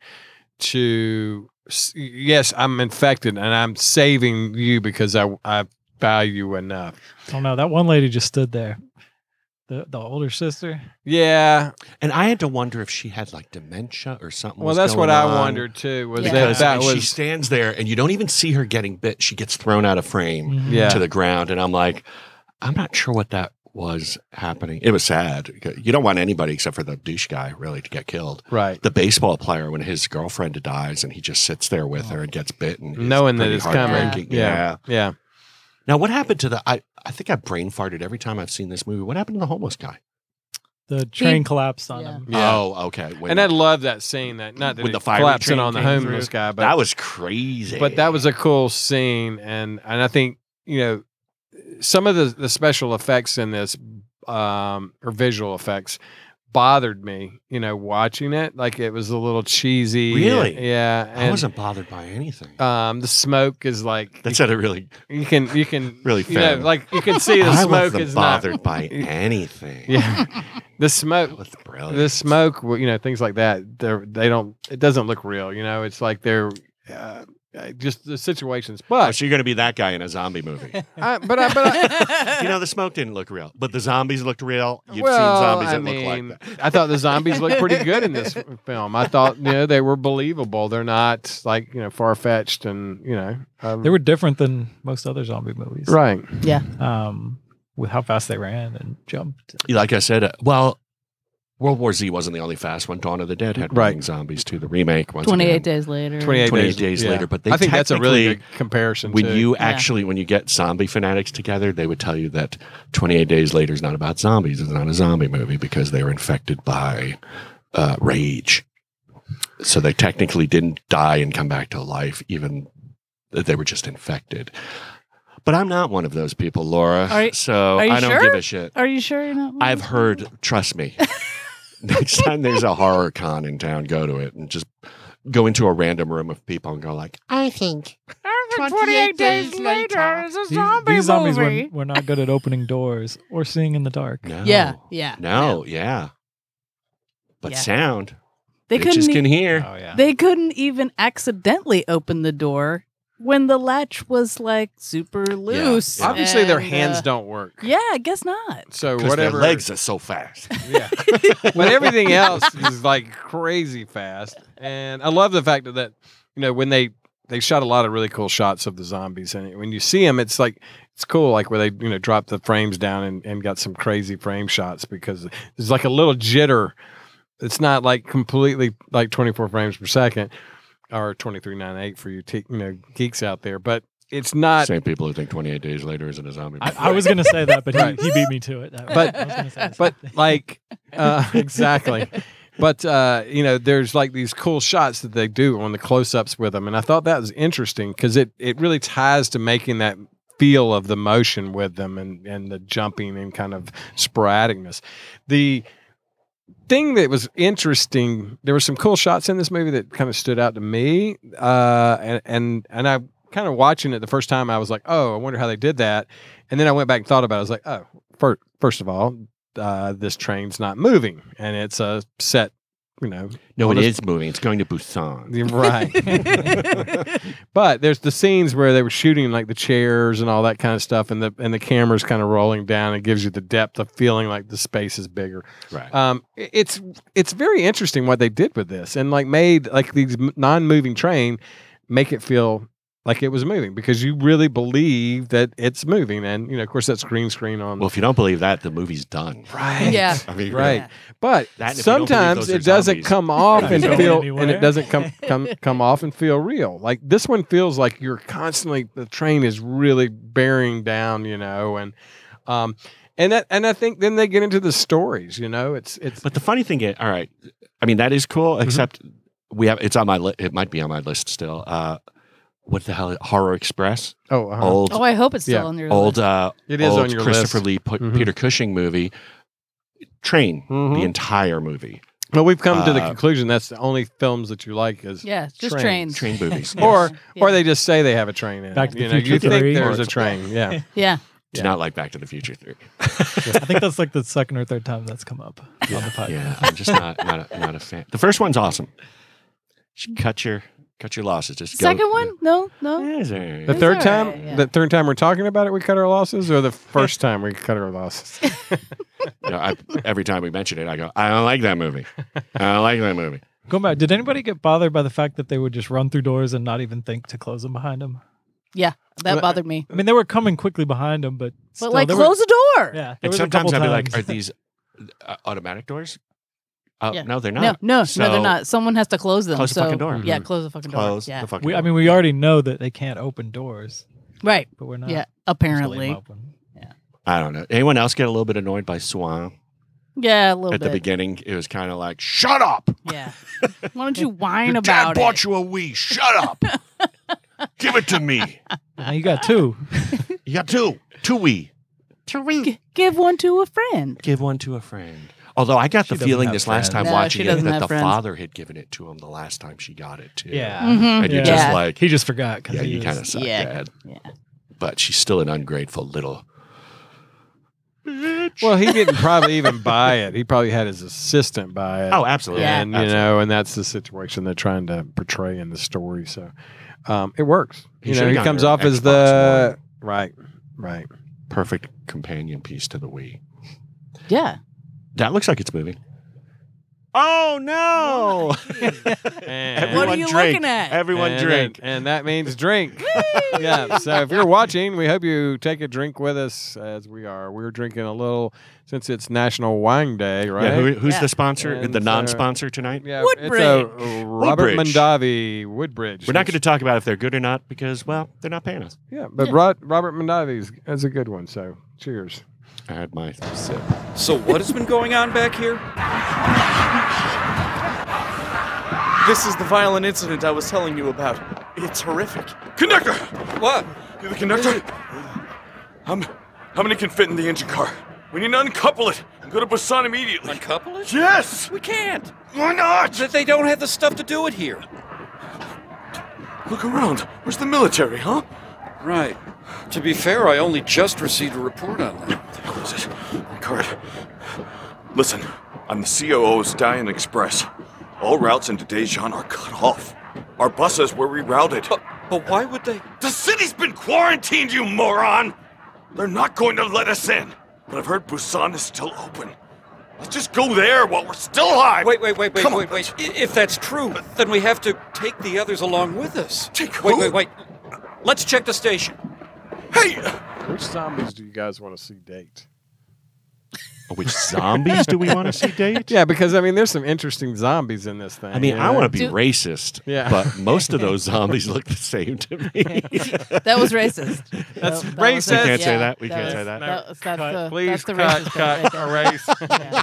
S1: to s- yes i'm infected and i'm saving you because i i value you enough
S5: I don't know. That one lady just stood there. The the older sister.
S1: yeah
S6: And I had to wonder if she had like dementia or something.
S1: well
S6: was
S1: that's what
S6: going
S1: i
S6: on.
S1: wondered too was
S7: Yeah.
S6: Because
S1: that that
S6: and she
S1: was
S6: stands there and you don't even see her getting bit. She gets thrown out of frame
S5: Mhm.
S1: yeah
S6: to the ground. And I'm like, I'm not sure what that was happening. It was sad. You don't want anybody except for the douche guy really to get killed.
S1: right
S6: The baseball player, when his girlfriend dies and he just sits there with her and gets bitten, is
S1: Oh. knowing that
S6: pretty
S1: it's coming
S6: heartbreaking.
S1: yeah yeah
S6: Now, what happened to the? I I think I brain farted every time I've seen this movie. What happened to the homeless guy?
S5: The train collapsed on
S7: Yeah.
S5: him.
S1: yeah,
S6: Oh, okay. When-
S1: and i love that scene that not that
S6: When
S1: it
S6: the fire
S1: collapsed in
S6: train
S1: on the
S6: came
S1: homeless
S6: through.
S1: guy but
S6: that was crazy.
S1: but that was a cool scene and and i think you know some of the the special effects in this um or visual effects bothered me you know watching it like it was a little cheesy
S6: Really?
S1: yeah
S6: I
S1: and
S6: wasn't bothered by anything.
S1: um the smoke is like
S6: That sounded really,
S1: you can you can
S6: really
S1: you know,
S6: thin.
S1: like you can see the
S6: I
S1: smoke
S6: wasn't
S1: is not
S6: bothered by anything.
S1: yeah the
S6: That
S1: smoke
S6: was brilliant.
S1: the smoke w- you know things like that they're they don't it doesn't look real you know it's like they're uh, uh, just the situations
S6: Oh,
S1: but
S6: so you're going to be that guy in a zombie movie.
S1: I, but I, but I,
S6: you know, the smoke didn't look real, but the zombies looked real. You've
S1: Well,
S6: seen zombies
S1: I
S6: that
S1: mean,
S6: look like that.
S1: I thought the zombies looked pretty good in this film. I thought you know they were believable. They're not like you know far fetched and you know um,
S5: They were different than most other zombie movies.
S1: right.
S5: Um with how fast they ran and jumped.
S6: Like I said, uh, well, World War Z wasn't the only fast one. Dawn of the Dead had
S1: Right.
S6: running zombies too. The remake once
S7: Twenty eight
S6: again.
S7: days later.
S1: 28,
S6: 28 days later, but they
S1: I think that's a really good
S6: technically-
S1: comparison.
S6: When
S1: too.
S6: you
S7: Yeah.
S6: actually, when you get zombie fanatics together, they would tell you that 28 Days Later is not about zombies. It's not a zombie movie because they were infected by uh, rage. So they technically didn't die and come back to life, even that they were just infected. But I'm not one of those people, Laura.
S7: Are you-
S6: so
S7: are you
S6: I don't
S7: sure?
S6: give a shit.
S7: Are you sure you're not? one of
S6: I've
S7: those?
S6: heard, trust me, next time there's a horror con in town, go to it and just go into a random room of people and go like,
S8: I think. 28, days, later.
S5: These- these zombies were, were not good at opening doors or seeing in the dark.
S6: no.
S7: Yeah, yeah.
S6: No, yeah. But
S7: Yeah.
S6: sound,
S7: They
S6: they just
S7: couldn't.
S6: can
S7: e-
S1: Uh,
S6: hear.
S5: yeah.
S7: They couldn't even accidentally open the door when the latch was like super loose.
S1: obviously their
S7: and,
S1: hands
S7: uh,
S1: don't work.
S7: Yeah, I guess not.
S1: So
S6: Because their
S1: whatever.
S6: legs are so fast.
S1: Yeah. but everything else is like crazy fast, and I love the fact that you know when they they shot a lot of really cool shots of the zombies, and when you see them, it's like it's cool, like where they you know drop the frames down and, and got some crazy frame shots because there's like a little jitter. It's not like completely like 24 frames per second or 23.98 for you, te- you know, geeks out there, but it's not.
S6: Same people who think 28 days later isn't a zombie.
S5: I, I was gonna say that, but
S1: Right.
S5: he, he beat me to it. That
S1: But-
S5: I was gonna say the
S1: but
S5: same thing.
S1: like uh, exactly but uh, you know there's like these cool shots that they do on the close-ups with them and i thought that was interesting because it, it really ties to making that feel of the motion with them and, and the jumping and kind of sporadicness the thing that was interesting there were some cool shots in this movie that kind of stood out to me uh, and, and, and i kind of watching it the first time i was like oh i wonder how they did that and then i went back and thought about it i was like oh first, first of all uh, this train's not moving and it's a set you know
S6: no, it
S1: Well,
S6: is moving. It's going to Busan.
S1: you're right but there's the scenes where they were shooting like the chairs and all that kind of stuff and the and the camera's kind of rolling down and gives you the depth of feeling like the space is bigger
S6: Right.
S1: um, i- it's it's very interesting what they did with this and like made like these m- non-moving train make it feel like it was moving because you really believe that it's moving and you know of course that's green screen on
S6: well, if you don't believe that, the movie's done.
S1: right
S7: Yeah.
S6: I mean,
S1: right
S7: Yeah.
S1: but
S6: That and if you don't believe
S1: sometimes
S6: those are
S1: it doesn't
S6: zombies.
S1: come off
S5: Right.
S1: and
S5: Don't
S1: feel
S5: anywhere.
S1: and it doesn't come come come off and feel real like this one feels like you're constantly the train is really bearing down you know and um and that and i think then they get into the stories you know it's it's
S6: But the funny thing is, all right, I mean that is
S1: Mm-hmm.
S6: cool. Except we have it's on my list. It might be on my list still. Uh, what the hell? Horror Express,
S1: oh uh-huh.
S6: old,
S7: Oh, I hope it's still
S1: Yeah.
S7: on your
S6: old,
S7: list.
S6: uh,
S1: It is
S6: old
S1: on your
S6: Christopher
S1: list.
S6: Lee, P-
S1: Mhm.
S6: Peter Cushing movie. Train
S1: Mhm.
S6: the entire movie.
S1: Well, we've come to the
S6: Uh,
S1: conclusion that's the only films that you like is,
S7: Yeah, just
S1: Trains.
S7: trains.
S6: Train movies.
S7: Yeah.
S1: or or
S7: Yeah.
S1: they just say they have a train in. it.
S5: Back to the
S1: you know, you
S5: Future
S1: think
S5: three.
S1: there's a train. Yeah,
S7: Yeah.
S6: Do
S1: Yeah.
S6: not like Back to the Future three.
S5: I think that's like the second or third time that's come up on the podcast.
S6: Yeah, Uh, I'm just not not a, not a fan. The first one's awesome. Just cut your cut your losses. Just go-
S7: Second one? Oh. No, no.
S6: Yeah, it's all right.
S1: the
S7: It's
S1: third
S7: all
S1: time,
S7: right, yeah.
S1: the third time we're talking about it, we cut our losses, or the first time we cut our losses.
S6: You know, I, every time we mention it, I go, I don't like that movie. I don't like that movie.
S5: Going back, did anybody get bothered by the fact that they would just run through doors and not even think to close them behind them?
S1: Well,
S7: That bothered me.
S5: I mean, they were coming quickly behind them, but
S7: But
S5: still,
S7: like,
S5: there
S7: close the door.
S5: Were, yeah, there
S6: And
S5: was a
S6: sometimes I'll
S5: couple
S6: be like, are
S5: times.
S6: these uh, automatic doors? Oh,
S7: Yeah.
S6: no, they're
S7: No,
S6: not.
S7: no, no,
S6: So-
S7: they're not. Someone has to close them.
S6: Close the
S7: so,
S6: fucking door.
S1: Mm-hmm.
S7: Yeah, close the fucking
S6: Close
S7: door. Yeah,
S6: the fucking
S5: We,
S6: door.
S5: I mean, we already know that they can't open doors,
S7: right.
S5: but
S1: Uh,
S5: we're not.
S7: Yeah,
S5: supposed to leave
S7: apparently.
S5: open.
S6: I don't know. Anyone else get a little bit annoyed by Swan?
S7: Yeah, a little
S6: At
S7: bit.
S6: the beginning, it was kind of like, shut up.
S7: Yeah. Why don't you whine
S6: Your dad
S7: about
S6: bought
S7: it?
S6: you a Wii. Shut up. Give it to me.
S5: Now you got two.
S6: You got two. Two Wii.
S7: G- give one to a friend.
S6: Give one to a friend. Although I got
S5: She
S6: the
S5: doesn't
S6: feeling
S5: have
S6: this last time
S5: friends.
S7: No, she
S6: watching it
S7: doesn't
S6: that
S7: have
S6: the
S7: friends. Mm-hmm.
S6: father had given it to him the last time she got it too.
S5: Yeah,
S6: And you're
S5: Yeah.
S6: just
S7: Yeah.
S6: like,
S5: he just forgot. 'cause
S6: yeah,
S5: he
S6: you
S5: was-
S6: kind of suck,
S7: Yeah.
S6: Dad.
S7: Yeah.
S6: But she's still an ungrateful little.
S1: well, he didn't probably even buy it. He probably had his assistant buy it.
S6: Oh, absolutely.
S7: Yeah.
S1: and you know, and that's the situation they're trying to portray in the story. So um, it works.
S6: He
S1: You know,
S6: should've
S1: he
S6: gotten
S1: comes
S6: her
S1: off as
S6: Xbox
S1: the right, right.
S6: perfect companion piece to the Wii.
S7: Yeah.
S6: That looks like it's moving. Oh no!
S7: What
S1: And-
S7: are you
S6: drink.
S7: looking at?
S6: Everyone
S5: uh,
S1: and
S6: drink.
S1: that- and that means drink. yeah. So if you're watching, we hope you take a drink with us as we are. We're drinking a little since it's National Wine Day, right?
S6: Yeah, who, who's
S7: Yeah.
S6: the sponsor?
S1: And
S6: the
S1: so-
S6: non-sponsor tonight?
S1: Yeah,
S7: Woodbridge.
S1: It's a Robert
S6: Woodbridge.
S1: Mondavi Woodbridge.
S6: We're not going to talk about if they're good or not because, well, they're not paying us.
S1: Yeah, but Rod, Robert Mondavi's is a good one. So cheers.
S6: I had my sip.
S9: So, what has been going on back here? This is the violent incident I was telling you about. It's horrific.
S10: Conductor!
S9: What?
S10: You're the conductor? How, m- how many can fit in the engine car? We need to uncouple it and go to Busan immediately.
S9: Uncouple it?
S10: yes!
S9: We can't!
S10: Why not?
S9: That they don't have the stuff to do it here.
S10: Look around. Where's the military, huh?
S9: Right. To be fair, I only just received a report on that.
S10: Close it. My card. Listen, I'm the COO's Dian Express. All routes into Daejeon are cut off. Our buses were rerouted.
S9: But, but why would they?
S10: The city's been quarantined, you moron! They're not going to let us in. But I've heard Busan is still open. Let's just go there while we're still alive.
S11: Wait, wait, wait, wait,
S10: Come on,
S11: wait, wait. I- If that's true, then we have to take the others along with us.
S10: Take
S11: wait,
S10: who?
S11: wait, wait. Let's check the station.
S1: Which zombies do you guys want to see date?
S6: Which zombies do we want to see date?
S1: Yeah, because I mean, there's some interesting zombies in this thing.
S6: I mean,
S1: you
S6: I
S1: know?
S6: want to be racist,
S1: Yeah.
S6: but most of those zombies look the same to me.
S7: That was racist.
S1: That's racist.
S7: That- that was
S6: We can't say
S7: yeah,
S6: that. We can't
S7: was-
S6: say that.
S7: was- that's
S1: Cut.
S7: the,
S1: Please
S7: that's the
S1: cut,
S7: racist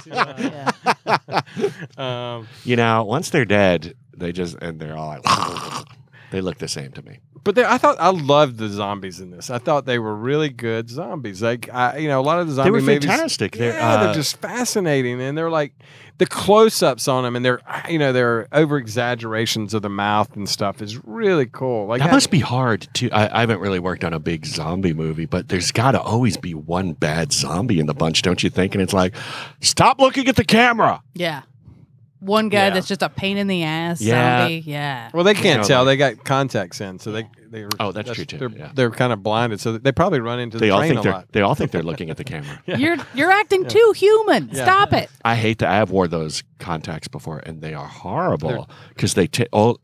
S1: cut,
S7: part right there. Yeah, yeah.
S1: Um,
S6: You know, once they're dead, they just and they're all like, they look the same to me.
S1: but there, I thought I loved the zombies in this. I thought they were really good zombies. Like, I, you know, a lot of the zombie
S6: they were
S1: movies-
S6: fantastic. They're,
S1: yeah,
S6: uh,
S1: they're just fascinating, and they're like the close-ups on them, and they're you know their over exaggerations of the mouth and stuff is really cool. Like
S6: that must be hard to. I, I haven't really worked on a big zombie movie, but there's got to always be one bad zombie in the bunch, don't you think? And it's like, stop looking at the camera.
S7: Yeah. One guy
S6: Yeah.
S7: that's just a pain in the ass
S6: Yeah.
S7: zombie. Yeah.
S1: Well, they can't
S6: know,
S1: tell. They got contacts in, so they they
S6: Oh, that's true, too,
S1: They're,
S6: yeah.
S1: they're kind of blinded, so they probably run into
S6: They
S1: the
S6: all
S1: train
S6: think
S1: a
S6: they're.
S1: lot.
S6: They all think they're looking at the camera.
S7: You're you're acting too human.
S1: Yeah.
S7: Stop it.
S6: I hate that. I have wore those contacts before, and they are horrible because they ta- all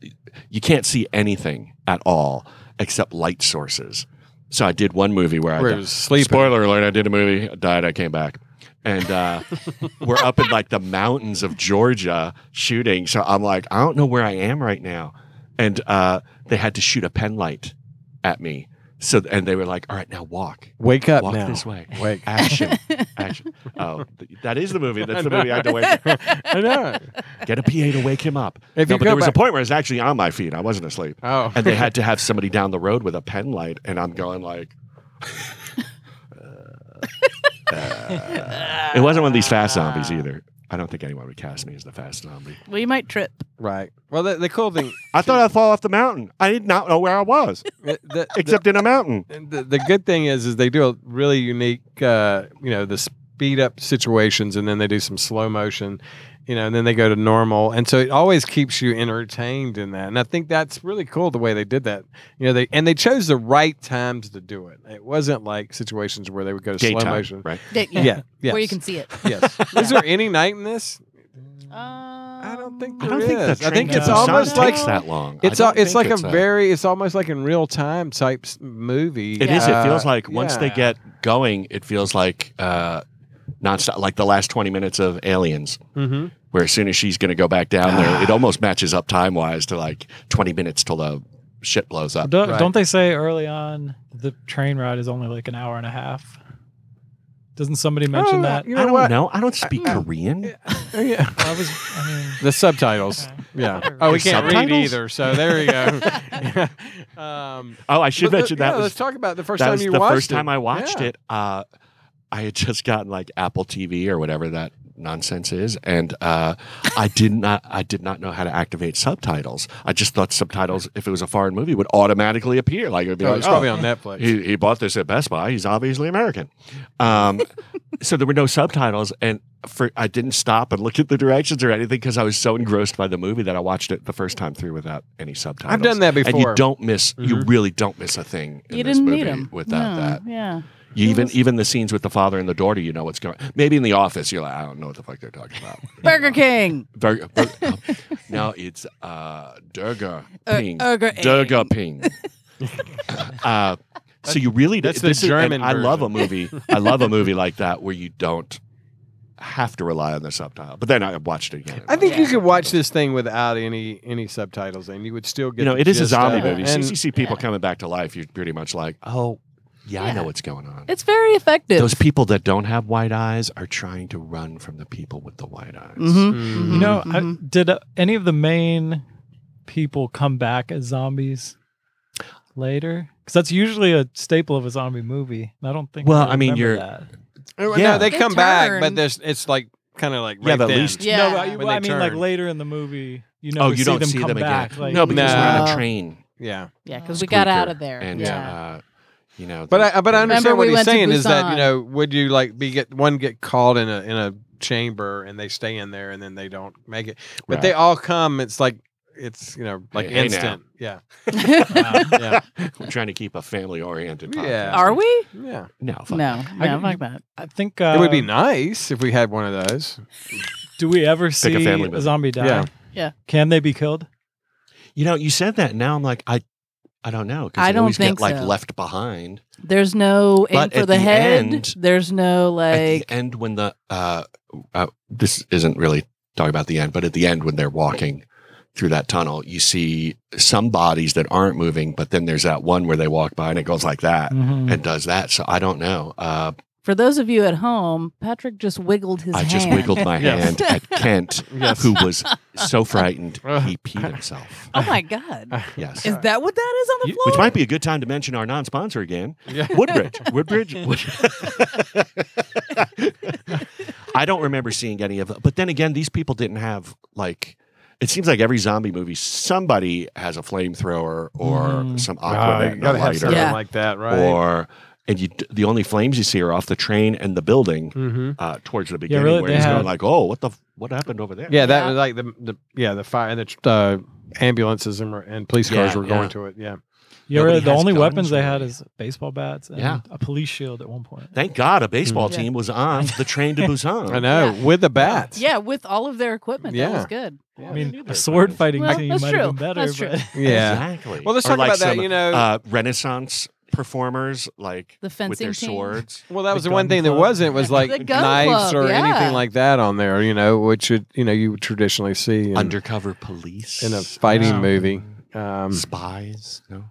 S6: you can't see anything at all except light sources. So I did one movie where,
S1: Where
S6: I
S1: it
S6: di-
S1: was sleeping.
S6: Spoiler alert! I did a movie, I died, I came back, and uh, we're up in like the mountains of Georgia shooting. So I'm like, I don't know where I am right now, and uh, they had to shoot a pen light at me. So and they were like, "All right, now walk."
S1: Wake up
S6: Walk
S1: now.
S6: this way.
S1: Wake.
S6: Action, action. Oh, th- that is the movie. That's the movie I had to wake up.
S1: I know.
S6: Get a PA to wake him up.
S1: If
S6: no,
S1: you
S6: but
S1: go
S6: there was
S1: back-
S6: a point where I was actually on my feet. I wasn't asleep.
S1: Oh.
S6: And they had to have somebody down the road with a pen light, and I'm going like. uh, uh. it wasn't one of these fast zombies either. I don't think anyone would cast me as the fast zombie.
S7: Well, you might trip.
S1: Right. Well, the, the cool thing,
S6: I thought I'd fall off the mountain. I did not know where I was,
S1: the, the,
S6: except in a mountain.
S1: the, the good thing is, is they do a really unique, uh, you know, the speed up situations, and then they do some slow motion, you know, and then they go to normal, and so it always keeps you entertained in that. And I think that's really cool the way they did that. You know, they and they chose the right times to do it. It wasn't like situations where they would go to slow
S6: Daytime,
S1: motion.
S6: right?
S7: Yeah.
S1: Yeah. Yes.
S7: Where you can see it.
S1: Yes. Is there any night in this?
S7: Um, I
S1: I don't think
S6: Um, I
S1: there is.
S6: don't think that
S1: I think
S6: train
S1: it's
S6: to Busan
S1: almost like
S6: takes that long. I
S1: It's a,
S6: don't
S1: it's
S6: think
S1: like a
S6: uh,
S1: very it's almost like in real time type s- movie.
S6: It is. It feels
S1: Uh,
S6: like once they
S1: yeah.
S6: get going, it feels like uh, nonstop, like the last twenty minutes of Aliens,
S1: Mhm.
S6: where as soon as she's going to go back down there, it almost matches up time wise to like twenty minutes till the shit blows up.
S5: Don't,
S1: Right.
S5: don't they say early on the train ride is only like an hour and a half? Doesn't somebody mention
S1: Oh,
S5: that?
S1: You
S6: I
S1: know
S6: don't
S1: what?
S6: know. I don't speak Korean.
S1: Yeah.
S5: I was. I mean,
S1: The subtitles.
S5: Okay.
S1: Yeah. Oh, we
S6: There's
S1: can't read
S6: subtitles?
S1: either. So there you go. um,
S6: Oh, I should
S1: but the-
S6: mention that
S1: yeah,
S6: was
S1: let's talk about the first
S6: that
S1: time
S6: was
S1: you
S6: the
S1: watched
S6: first
S1: it.
S6: time I watched
S1: Yeah.
S6: it. Uh, I had just gotten like Apple TV or whatever that nonsense is, and uh, I did not. I did not know how to activate subtitles. I just thought subtitles, if it was a foreign movie, would automatically appear. Like it would be
S1: Oh,
S6: like,
S1: it's probably
S6: "Oh,
S1: on Netflix.
S6: He, he bought this at Best Buy. He's obviously American. Um, so there were no subtitles, and for I didn't stop and look at the directions or anything because I was so engrossed by the movie that I watched it the first time through without any subtitles.
S1: done that
S6: and
S1: before.
S6: you don't miss. You really don't miss a thing. In
S7: Mm-hmm. you
S6: this
S7: didn't
S6: movie
S7: need him
S6: without
S7: No,
S6: that.
S7: Yeah.
S6: You
S7: It
S6: even
S7: was-
S6: even the scenes with the father and the daughter, you know what's going. Maybe in the office, you're like, I don't know what the fuck they're talking about.
S7: Burger King.
S6: Burger, burger, oh, now it's uh, Durga
S7: Uh,
S6: Ping.
S7: Burger
S6: Durga Ping. uh, so you really
S1: That's
S6: this
S1: the
S6: is- and
S1: German
S6: I love a
S1: version.
S6: movie. I love a movie like that where you don't have to rely on the subtitle. But then I watched it again.
S1: I think you could watch this thing without any any subtitles, and you would still get.
S6: you know
S1: the
S6: it is a
S1: gist of
S6: zombie
S1: it.
S6: movie.
S1: And-
S6: so you see people coming back to life. You're pretty much like, oh yeah, I
S7: Yeah.
S6: know what's going on.
S7: It's very effective.
S6: Those people that don't have white eyes are trying to run from the people with the white eyes.
S7: Mhm.
S1: Mm.
S5: you
S6: Mm-hmm,
S5: know,
S7: Mhm.
S5: I, did uh, any of the main people come back as zombies later? Because that's usually a staple of a zombie movie. And I don't think.
S6: Well,
S5: really
S6: I mean,
S5: remember
S6: you're-
S5: that.
S1: Oh,
S6: Yeah.
S1: no, they
S7: They
S1: come back, but
S7: turn.
S1: there's it's like kind of like
S6: Yeah,
S1: right
S6: but at
S1: then.
S6: least-
S7: Yeah.
S5: No, but I,
S1: When
S5: I
S1: they
S5: mean, like
S1: turn.
S5: later in the movie, you never
S6: oh, you
S5: see
S6: don't
S5: them
S6: see
S5: come
S6: them
S5: back.
S6: again.
S5: Like,
S6: no, because we're on
S7: No.
S6: a train.
S1: Yeah.
S7: yeah, because we got out of there.
S6: And,
S7: yeah.
S6: uh, you know,
S1: But
S6: the-
S1: I but I
S6: the-
S7: Remember
S1: understand
S7: we
S1: what he's
S7: went to
S1: saying is that you
S7: Busan.
S1: know would you like be get one get caught in a in a chamber and they stay in there and then they don't make it, but
S6: Right.
S1: they all come. It's like it's you know like
S6: Hey, hey
S1: instant. yeah.
S6: now. Uh-huh.
S1: Wow. yeah.
S6: We're trying to keep a family oriented podcast.
S1: Yeah.
S7: Are we?
S1: Yeah.
S6: No, fuck
S7: No,
S5: I-
S7: no, fuck that.
S5: I think uh,
S1: it would
S6: Um,
S1: be nice if we had one of those.
S5: Do we ever
S6: Pick
S5: see
S6: a
S5: a,
S6: family movie.
S5: zombie die?
S1: Yeah.
S7: Yeah.
S5: Can they be killed?
S6: You know, you said that. Now I'm like, I, I don't know. 'cause
S7: I
S6: they
S7: don't
S6: always
S7: think
S6: get, like
S7: so.
S6: left behind.
S7: There's no aim
S6: But
S7: for
S6: at
S7: the,
S6: the
S7: head.
S6: end-
S7: There's no like.
S6: at the end when the uh, uh this isn't really talking about the end, but at the end when they're walking through that tunnel, you see some bodies that aren't moving, but then there's that one where they walk by and it goes like that
S7: Mm-hmm.
S5: Mhm.
S6: and does that. So I don't know. Uh,
S7: For those of you at home, Patrick just wiggled his
S6: I
S7: hand.
S6: just wiggled my
S1: Yes.
S6: hand at Kent,
S1: Yes.
S6: who was so frightened he peed himself.
S7: oh my god!
S6: Yes.
S7: Is that what that is on the floor?
S6: Which might be a good time to mention our non-sponsor again,
S1: Yeah.
S6: Woodbridge. Woodbridge. Wood- I don't remember seeing any of them. But then again, these people didn't have like. It seems like every zombie movie, somebody has a flamethrower or
S5: Mm.
S6: some
S1: Ah,
S6: aquanet
S1: you
S6: and a
S1: gotta have
S6: lighter,
S1: something
S7: Yeah.
S1: like that, right?
S6: or and you the only flames you see are off the train and the building
S1: Mhm.
S6: uh, towards the beginning
S5: really,
S6: where
S5: they
S6: he's going
S5: had-
S6: like, oh, what the f- what happened over there?
S1: Yeah, that
S7: Yeah.
S1: was like the, the yeah the fire the uh, ambulances and, and police cars
S6: Yeah,
S1: were going
S6: yeah.
S1: to it. Yeah,
S5: You ever,
S6: Nobody
S5: the
S6: has
S5: only
S6: guns,
S5: weapons they had
S6: really.
S5: is baseball bats and
S6: Yeah.
S5: a police shield at one point.
S6: Thank God a baseball
S5: Hmm.
S7: Mhm. Yeah.
S6: team was on the train to Busan.
S1: I know with the bats.
S7: yeah, with all of their equipment, that was
S1: Yeah.
S7: good.
S5: I mean, a sword fighting
S7: Well,
S5: team might
S7: that's
S5: have been
S7: true.
S5: better.
S7: That's true.
S5: But
S1: yeah.
S6: Exactly.
S1: Well, let's
S6: Or
S1: talk
S6: like
S1: about that,
S6: some,
S1: you know-
S6: uh, Renaissance performers, like
S7: The
S6: with
S7: fencing
S6: their
S7: team.
S6: swords.
S1: Well, that
S5: The
S1: was the one
S5: gun
S1: thing that
S5: club.
S1: wasn't was like
S7: The gun
S1: knives
S7: club,
S1: or
S7: yeah.
S1: anything like that on there. You know, which you, you know you would traditionally see in,
S6: Undercover police
S1: in a fighting
S5: Yeah.
S1: movie. Um,
S6: spies. No,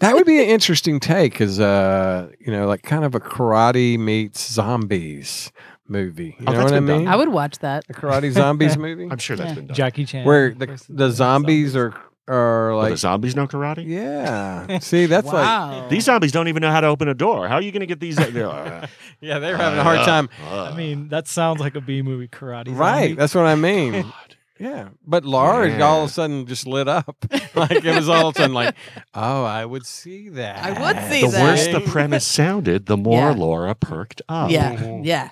S1: that would be an interesting take, as uh, you know, like kind of a karate meets zombies movie. You
S6: Oh,
S1: know
S6: that's
S1: what I
S6: been done.
S1: mean?
S7: I would watch that.
S1: a karate zombies movie
S6: I'm sure that's
S7: Yeah.
S6: been done.
S5: Jackie Chan.
S1: where the
S5: versus
S1: the zombies are are
S6: Well,
S1: like
S6: the zombies know karate.
S1: Yeah. See, that's like
S7: wow.
S6: These zombies don't even know how to open a door. How are you going to get these? They're like,
S1: yeah, they're having a hard time.
S5: I mean, that sounds like a B movie karate.
S1: Right.
S5: zombie.
S1: That's what I mean. Yeah. But Laura
S6: Yeah.
S1: all of a sudden just lit up. like it was all of a sudden like, oh, I would see that.
S7: I would see
S6: the
S7: that.
S6: worse the premise sounded, the more
S7: Yeah.
S6: Laura perked up.
S7: yeah, yeah,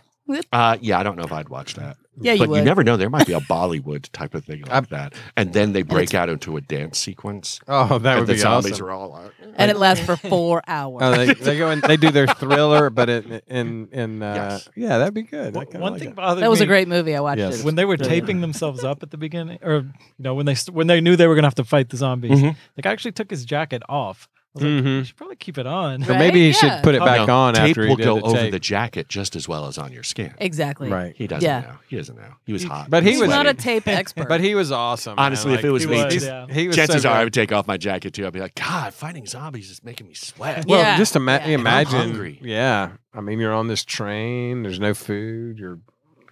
S6: Uh, yeah, I don't know if I'd watch that.
S7: yeah. You
S6: but
S7: would.
S6: you never know. There might be a Bollywood type of thing
S1: I'm-
S6: like that. And then they break out into a dance sequence.
S1: Oh, that
S6: and
S1: would
S6: the
S1: be
S6: zombies
S1: awesome.
S6: are all like, "Mm."
S7: and it lasts for four hours.
S1: Oh, they, they go and they do their thriller, but in in, in uh,
S6: Yes.
S1: yeah, that'd be good. I
S5: One,
S1: kinda
S5: one
S1: like
S5: thing
S1: it.
S5: bothered
S7: that was
S5: me
S7: a great movie. I watched
S1: Yes.
S7: it.
S5: when they were taping themselves up at the beginning, or you know, when they st- when they knew they were gonna have to fight the zombies,
S1: Mm-hmm.
S6: Mhm.
S5: the guy actually took his jacket off. I was like,
S1: Mhm.
S5: you should probably keep it on.
S1: Or maybe he
S7: Right? Yeah.
S1: should put it
S6: Oh,
S1: back
S6: no,
S1: on
S6: tape
S1: after he
S6: will
S1: did
S6: go
S1: the
S6: over
S1: tape.
S6: the jacket just as well as on your skin.
S7: Exactly.
S1: right.
S6: He doesn't
S7: Yeah.
S6: know. He doesn't know. He was hot.
S1: But he
S7: He's
S1: was
S7: not a tape expert.
S1: but he was awesome. man.
S6: Honestly, if
S1: Like,
S6: it was
S1: he
S6: me,
S1: he's-
S5: yeah.
S1: he was so
S6: chances are I
S1: good.
S6: would take off my jacket too. I'd be like, God, fighting zombies is making me sweat.
S1: Well,
S7: Yeah,
S1: just ima-
S7: yeah. And I'm
S1: imagine.
S6: hungry.
S1: Yeah, I mean, you're on this train. There's no food. You're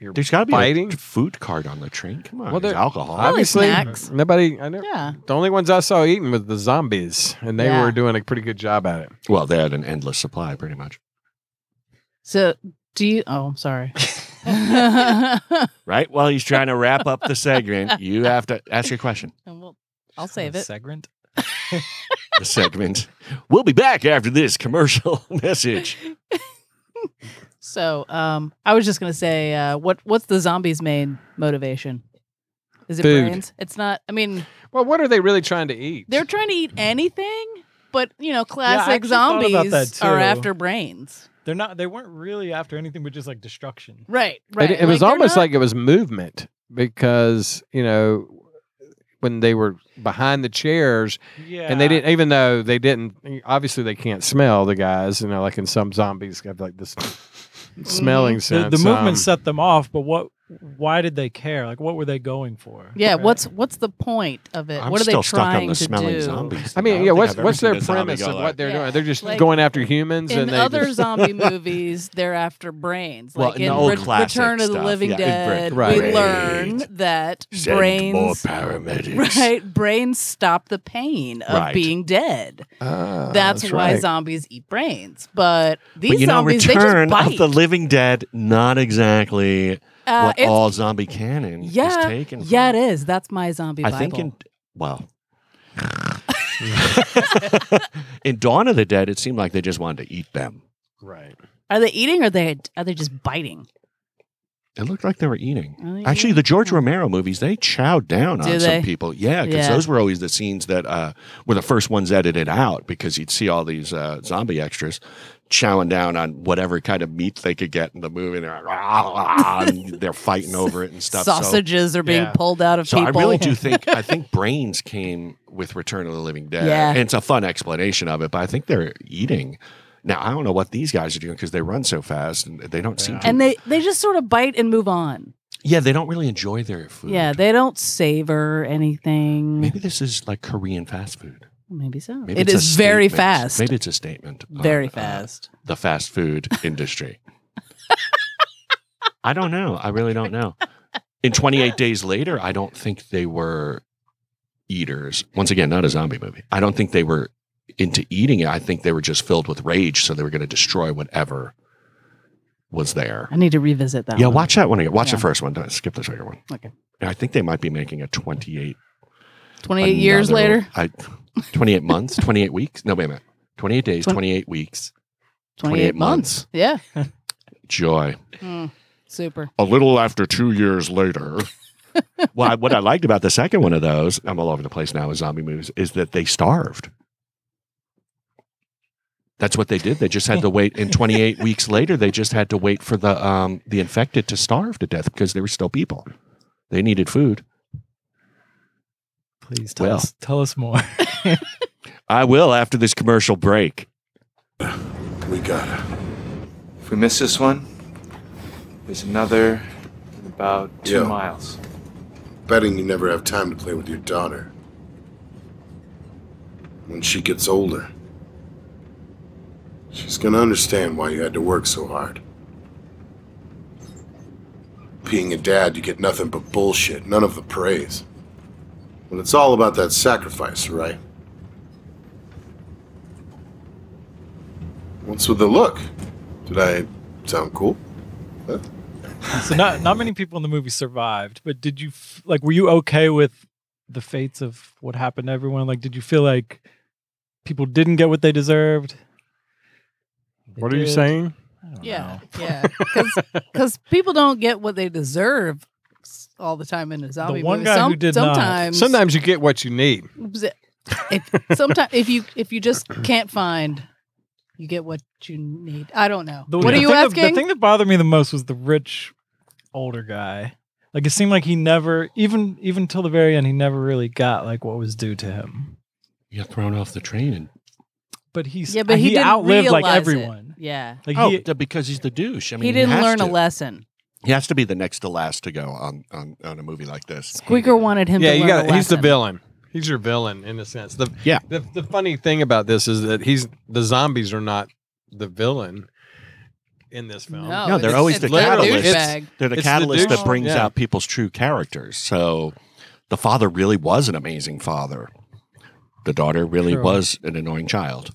S1: you're
S6: There's got to be
S1: fighting.
S6: a food cart on the train. Come on,
S1: Well,
S6: there's
S1: there-
S6: alcohol.
S7: Probably snacks.
S1: nobody. I know.
S7: yeah.
S1: The only ones I saw eating was the zombies, and they
S7: Yeah.
S1: were doing a pretty good job at it.
S6: Well, they had an endless supply, pretty much,
S7: So do you? Oh, I'm sorry. and
S6: right? While he's trying to wrap up the segment, you have to ask your question.
S7: we'll, I'll save it.
S5: Segrant.
S6: The segment. We'll be back after this commercial message.
S7: So, um, I was just gonna say, uh, what what's the zombies' main motivation? Is it
S1: Food.
S7: brains? It's not. I mean,
S1: Well, what are they really trying to eat?
S7: they're trying to eat anything, but you know, classic
S5: actually thought about
S7: zombies
S5: that,
S7: are
S5: too.
S7: after brains.
S5: They're not. They weren't really after anything, but just like destruction.
S7: Right.
S1: It,
S7: Right.
S1: it was almost like it was movement because you know when they were behind the chairs
S5: Yeah.
S1: and they didn't even though they didn't obviously they can't smell the guys you know like in some zombies have like this
S7: Mm-hmm.
S1: smelling
S5: The,
S1: sense
S5: the movement
S1: um,
S5: set them off, but what? Why did they care? Like, what were they going for?
S7: Yeah.
S5: Right?
S7: What's what's the point of it?
S6: I'm
S7: what are
S6: still
S7: they
S6: stuck on
S7: trying
S6: the
S7: to
S6: smelling
S7: do?
S6: zombies.
S1: I
S6: thing.
S1: mean,
S6: don't
S1: yeah. What's
S6: think I've ever
S1: what's
S6: seen
S1: their
S6: a zombie
S1: premise
S6: go
S1: of
S6: like-
S1: what they're
S7: Yeah.
S1: doing? They're just
S7: Like-
S1: going after humans,
S7: In
S1: and they
S7: other
S1: just,
S7: zombie movies, they're after brains.
S6: Well,
S7: Like
S6: in
S7: in
S6: the old
S7: Re-
S6: classic
S7: Return of the
S6: stuff,
S7: Living
S6: yeah, in
S7: Dead,
S1: Brain.
S7: we
S1: Right.
S7: learn that
S6: Send
S7: brains
S6: more paramedics.
S7: Right. Brains stop the pain of
S6: Right.
S7: being dead.
S1: Ah,
S7: Oh, That's, why
S1: right.
S7: zombies eat brains. But these
S6: but you know,
S7: zombies,
S6: Return
S7: they just bite.
S6: of the Living Dead, not exactly
S7: Uh,
S6: what
S7: it's-
S6: all zombie canon
S7: yeah,
S6: is taken. From.
S7: yeah, it is. That's my zombie
S6: I
S7: Bible.
S6: think in well, in Dawn of the Dead, it seemed like they just wanted to eat them.
S1: right.
S7: are they eating or are they are they just biting?
S6: It looked like they were eating.
S7: Are they
S6: Actually, the George Romero movies, they chowed down
S7: Do
S6: on some
S7: they?
S6: people. Yeah, because
S7: Yeah.
S6: those were always the scenes that uh, were the first ones edited out because you'd see all these uh, zombie extras chowing down on whatever kind of meat they could get in the movie. They're, like, "Rah, rah," and they're fighting over it and stuff. So-
S7: Sausages are being
S6: Yeah.
S7: pulled out of
S6: so
S7: people.
S6: I really do think I think brains came with Return of the Living Dead.
S7: Yeah.
S6: And it's a fun explanation of it, but I think they're eating. Now I don't know what these guys are doing because they run so fast and they don't seem to.
S7: and they they just sort of bite and move on.
S6: yeah, they don't really enjoy their food.
S7: Yeah, they don't savor anything.
S6: Maybe this is like Korean fast food.
S7: Maybe so.
S6: Maybe
S7: it
S6: it's a
S7: is very
S6: statement.
S7: fast.
S6: Maybe it's a statement. on,
S7: Very
S6: uh,
S7: fast.
S6: the fast food industry. I don't know. I really don't know. In 28 Days Later, I don't think they were eaters. Once again, not a zombie movie. I don't think they were into eating it. I think they were just filled with rage. So they were going to destroy whatever was there.
S7: I need to revisit that.
S6: yeah,
S7: one.
S6: watch that one again. Watch
S7: Yeah.
S6: the first one. Don't skip the second one.
S7: Okay.
S6: I think they might be making a 28
S7: Twenty eight years
S6: another-
S7: later.
S6: I, 28 months, 28 weeks. No, wait a minute. 28 days,
S7: Twen-
S6: 28 weeks.
S7: 28 months. Yeah.
S6: Joy.
S7: Mm, super.
S6: A little after two years later. well, I, what I liked about the second one of those, I'm all over the place now with zombie movies, is that they starved. That's what they did. They just had to wait. And 28 weeks later, they just had to wait for the um, the infected to starve to death because they were still people. They needed food.
S5: Please tell
S6: Well.
S5: us tell us more.
S6: I will after this commercial break.
S9: We gotta. If we miss this one, there's another in about two
S12: Yeah.
S9: miles.
S12: Betting you never have time to play with your daughter. When she gets older, she's gonna understand why you had to work so hard. Being a dad, you get nothing but bullshit, none of the praise. When it's all about that sacrifice, right? What's with the look? Did I sound cool? Huh?
S5: so not not many people in the movie survived, but did you f- like were you okay with the fates of what happened to everyone? Like did you feel like people didn't get what they deserved? They
S1: What are you
S5: did?
S1: saying?
S7: Yeah. Yeah. Because people don't get what they deserve s- all the time in a zombie movie. Some- sometimes,
S1: Sometimes you get what you need.
S7: If, sometimes if you if you just can't find, you get what you need. I don't know.
S5: The-
S7: what
S5: the
S7: are you
S5: thing that-
S7: asking?
S5: the thing that bothered me the most was the rich older guy. Like it seemed like he never even even till the very end he never really got like what was due to him.
S6: You got thrown off the train and
S5: But he's
S7: yeah, but
S5: he
S7: he, didn't
S5: outlived like
S7: realize it.
S5: everyone.
S7: Yeah.
S5: Like
S6: oh,
S5: he,
S6: d- because he's the douche. I mean,
S7: he didn't
S6: has
S7: learn
S6: to.
S7: a lesson.
S6: He has to be the next to last to go on on, on a movie like this.
S7: Squeaker wanted him
S1: yeah,
S7: to
S1: you
S7: learn
S1: got.
S7: a
S1: He's the
S7: lesson.
S1: villain. He's your villain in a sense. The,
S6: Yeah.
S1: The, the funny thing about this is that he's the zombies are not the villain in this film.
S7: No,
S6: no, they're always the catalyst.
S7: douchebag.
S6: they're the
S1: It's the
S6: catalyst
S1: douche-
S6: that brings
S1: yeah.
S6: out people's true characters. So the father really was an amazing father. The daughter really
S5: True.
S6: was an annoying child.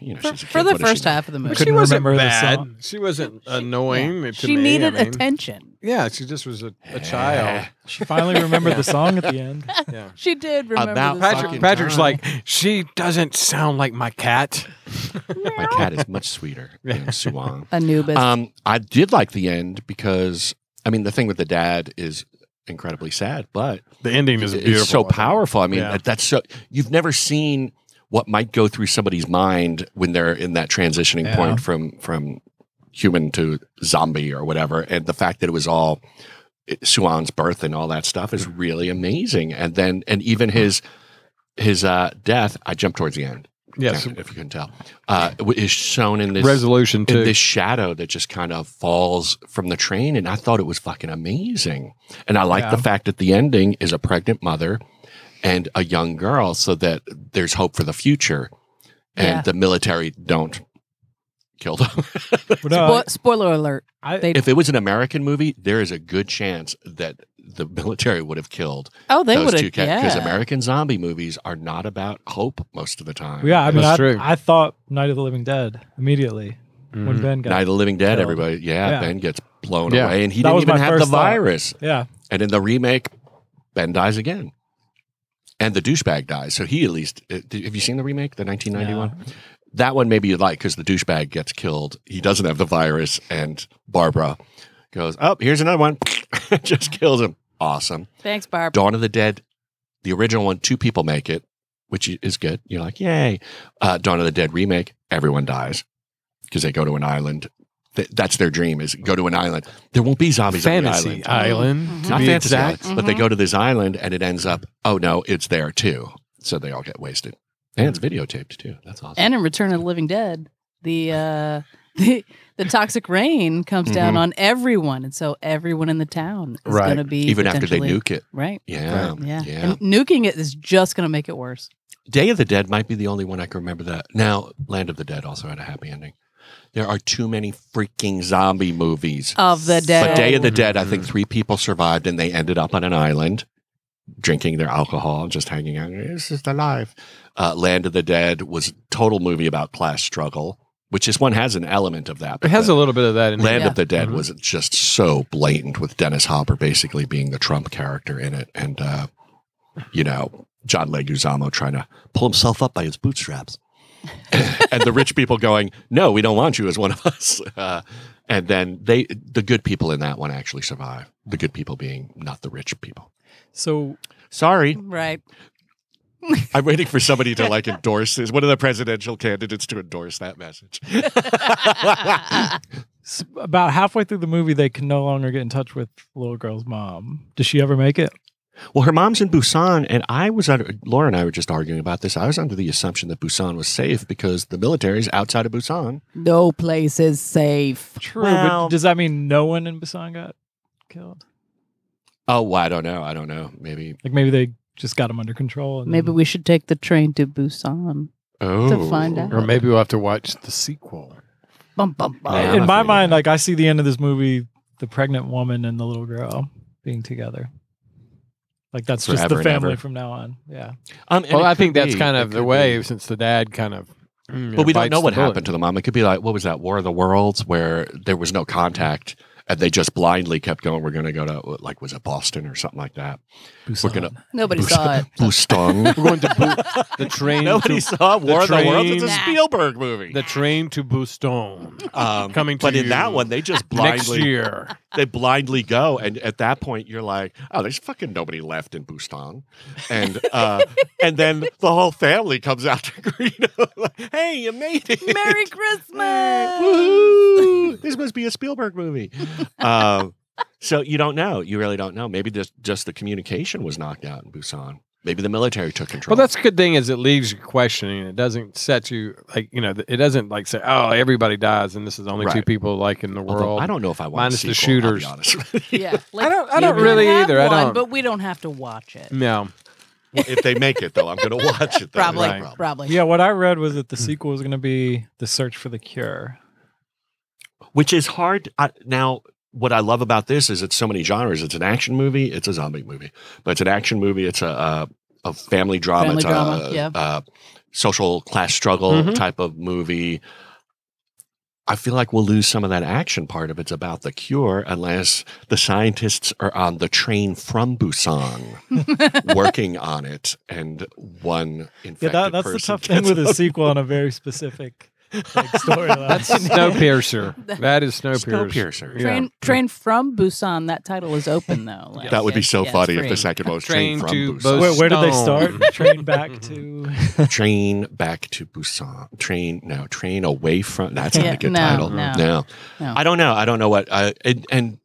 S6: you know,
S7: For,
S6: she's a
S7: for
S6: kid. What
S7: the
S6: does
S7: first
S6: she know?
S7: half of the
S1: But
S7: movie.
S1: she
S5: Couldn't
S1: wasn't
S5: remember the
S1: bad.
S5: song.
S1: She wasn't annoying. to
S7: She
S1: me, I
S7: needed
S1: mean.
S7: attention.
S1: Yeah, she just was a, a child.
S5: she finally remembered the song at the end.
S1: Yeah.
S7: She did remember
S6: About
S7: the
S1: Patrick,
S7: song.
S1: Patrick's like, she doesn't sound like my cat.
S6: Eh, My cat is much sweeter than Suwang.
S7: Anubis.
S6: Um, I did like the end because I mean the thing with the dad is incredibly sad, but
S1: The ending is
S6: it's
S1: beautiful.
S6: so powerful. I mean,
S1: Yeah.
S6: that, that's so you've never seen what might go through somebody's mind when they're in that transitioning
S5: Yeah.
S6: point from from human to zombie or whatever, and the fact that it was all it, Suan's birth and all that stuff is really amazing. And then and even his his uh, death, I jumped towards the end.
S1: Yes.
S6: if you can tell, uh, w- is shown in this
S1: Resolution
S6: in
S1: too.
S6: this shadow that just kind of falls from the train. And I thought it was fucking amazing. And I like
S5: Yeah.
S6: the fact that the ending is a pregnant mother and a young girl so that there's hope for the future and
S7: Yeah.
S6: the military don't kill them.
S5: But no,
S7: Spo- spoiler alert.
S5: I-
S7: They,
S6: if it was an American movie, there is a good chance that the military would have killed
S7: oh, they would
S6: those
S7: have.
S6: two cats because American zombie movies are not about hope most of the time.
S5: yeah, I mean,
S1: That's
S5: I,
S1: true.
S5: I thought Night of the Living Dead immediately when
S1: Mhm.
S5: Ben got.
S6: Night of the Living Dead,
S5: killed.
S6: everybody. Yeah,
S5: Yeah.
S6: Ben gets blown
S1: Yeah.
S6: away and he
S5: That
S6: didn't
S5: was
S6: even
S5: my
S6: have the
S5: first thought.
S6: virus.
S5: Yeah,
S6: And in the remake, Ben dies again. And the douchebag dies. So he at least, uh, did- have you seen the remake, the 1991? That one maybe you'd like because the douchebag gets killed. He doesn't have the virus. And Barbara Goes, oh, here's another one. Just kills him. Awesome.
S7: Thanks, Barb.
S6: Dawn of the Dead, the original one, two people make it, which is good. You're like, yay. Uh, Dawn of the Dead remake, everyone dies because they go to an island. Th- that's their dream is go to an island. There won't be zombies on
S1: Fantasy
S6: the island.
S1: island,
S7: Mm-hmm.
S1: Mhm. to
S6: Not
S1: be
S6: fantasy island,
S1: exact.
S6: but they
S1: Mhm.
S6: go to this island and it ends up, oh no, it's there too. So they all get wasted. And it's videotaped too. That's awesome.
S7: And in Return of the Living Dead, the uh, the the toxic rain comes down
S6: Mhm.
S7: on everyone, and so everyone in the town is going to be
S6: even after they
S7: potentially-
S6: nuke it.
S7: right?
S6: Yeah.
S7: yeah,
S6: yeah.
S7: And nuking it is just going to make it worse.
S6: Day of the Dead might be the only one I can remember that. Now, Land of the Dead also had a happy ending. There are too many freaking zombie movies.
S7: Of the
S6: But
S7: dead.
S6: Day of the Dead, I think three people survived and they ended up on an island drinking their alcohol, just hanging out. This is the life. Uh, Land of the Dead was a total movie about class struggle, which this one has an element of that.
S1: It has a little bit of that in
S6: Land
S1: it.
S6: of the Dead was just so blatant with Dennis Hopper basically being the Trump character in it, and uh, you know John Leguizamo trying to pull himself up by his bootstraps, and the rich people going, "No, we don't want you as one of us." Uh, and then they, the good people in that one actually survive. The good people being not the rich people.
S5: So
S6: sorry,
S7: right?
S6: I'm waiting for somebody to like endorse this. One of the presidential candidates to endorse that message.
S5: S- about halfway through the movie, they can no longer get in touch with the little girl's mom. Does she ever make it?
S6: Well, her mom's in Busan, and I was under Laura and I were just arguing about this. I was under the assumption that Busan was safe because the military's outside of Busan.
S7: No place is safe.
S5: True, but does that mean no one in Busan got killed?
S6: Oh, well, I don't know. I don't know. Maybe.
S5: Like maybe they just got him under control. And
S7: Maybe we should take the train to Busan.
S6: Oh.
S7: To find out.
S1: Or maybe we'll have to watch the sequel.
S7: Bum, bum, bum.
S1: Yeah,
S5: in
S1: I'm
S5: my
S1: afraid of
S5: mind, like I see the end of this movie, the pregnant woman and the little girl being together. Like that's just
S6: Forever
S5: the
S6: and
S5: family
S6: ever.
S5: from now on. Yeah.
S6: Um, and
S1: well,
S6: it
S1: I think
S6: could
S1: that's
S6: be.
S1: kind
S6: It
S1: of the
S6: could
S1: way since the dad kind of. mm,
S6: But we don't know what happened to the mom. It could be like, what was that, War of the Worlds, where there was no contact and they just blindly kept going, we're going to go to, like, was it Boston or something like that? We're going to.
S7: Nobody saw it.
S6: Buston.
S1: We're going to Bu- the train.
S6: Nobody
S1: to,
S6: saw War of the Worlds. It's a
S1: train-
S6: Spielberg movie.
S1: The train to Buston.
S6: Um,
S1: Coming to
S6: but in
S1: you
S6: that one, they just
S1: next
S6: blindly
S1: year.
S6: They blindly go, and at that point, you're like, "Oh, there's fucking nobody left in Bustan," and uh, and then the whole family comes out to greet him. like, hey, you made it!
S7: Merry
S6: Christmas! Woohoo! This must be a Spielberg movie. um, so you don't know. You really don't know. Maybe just just the communication was knocked out in Busan. Maybe the military took control.
S1: Well, that's a good thing is it leaves you questioning. It doesn't set you like you know. It doesn't like say, oh, everybody dies, and this is only two
S6: Right.
S1: people like in the
S6: Although,
S1: world.
S6: I don't know if I want a
S1: minus the
S6: sequel, I'll be
S1: shooters.
S6: honest.
S7: Yeah, like,
S1: I don't. I
S7: you
S1: don't
S7: can
S1: really
S7: have
S1: either.
S7: one,
S1: I don't.
S7: But we don't have to watch
S6: Mm.
S7: it.
S1: no.
S6: if they make it though, I'm going to watch it. Though.
S7: Probably,
S6: No problem.
S7: probably.
S5: Yeah, what I read was that the
S6: Hmm.
S5: sequel was going to be The Search for the Cure.
S6: which is hard I, now what i love about this is it's so many genres it's an action movie it's a zombie movie but it's an action movie it's a, a, a family drama
S7: Family
S6: it's
S7: drama,
S6: a,
S7: yeah.
S6: a social class struggle
S7: Mhm.
S6: type of movie i feel like we'll lose some of that action part if it's about the cure unless the scientists are on the train from busan working on it and one
S5: Yeah,
S6: infected
S5: that, that's the
S6: person
S5: tough thing
S6: gets
S5: with a
S6: up.
S5: sequel on a very specific like, storyline.
S1: That's Snowpiercer. That is Snowpiercer.
S6: Snowpiercer.
S1: Yeah.
S7: Train, train from Busan. That title is open though. Like,
S6: that would be
S7: yes,
S6: so
S7: yes,
S6: funny if
S7: free.
S6: the second one was
S1: Train
S6: train, from
S1: to
S6: Busan.
S5: Where, where did they start? Train back to.
S6: train back to Busan. Train no, train away from. That's not
S5: Yeah,
S6: a good
S5: no,
S6: title.
S5: no, no.
S6: I don't know. I don't know what. I and, and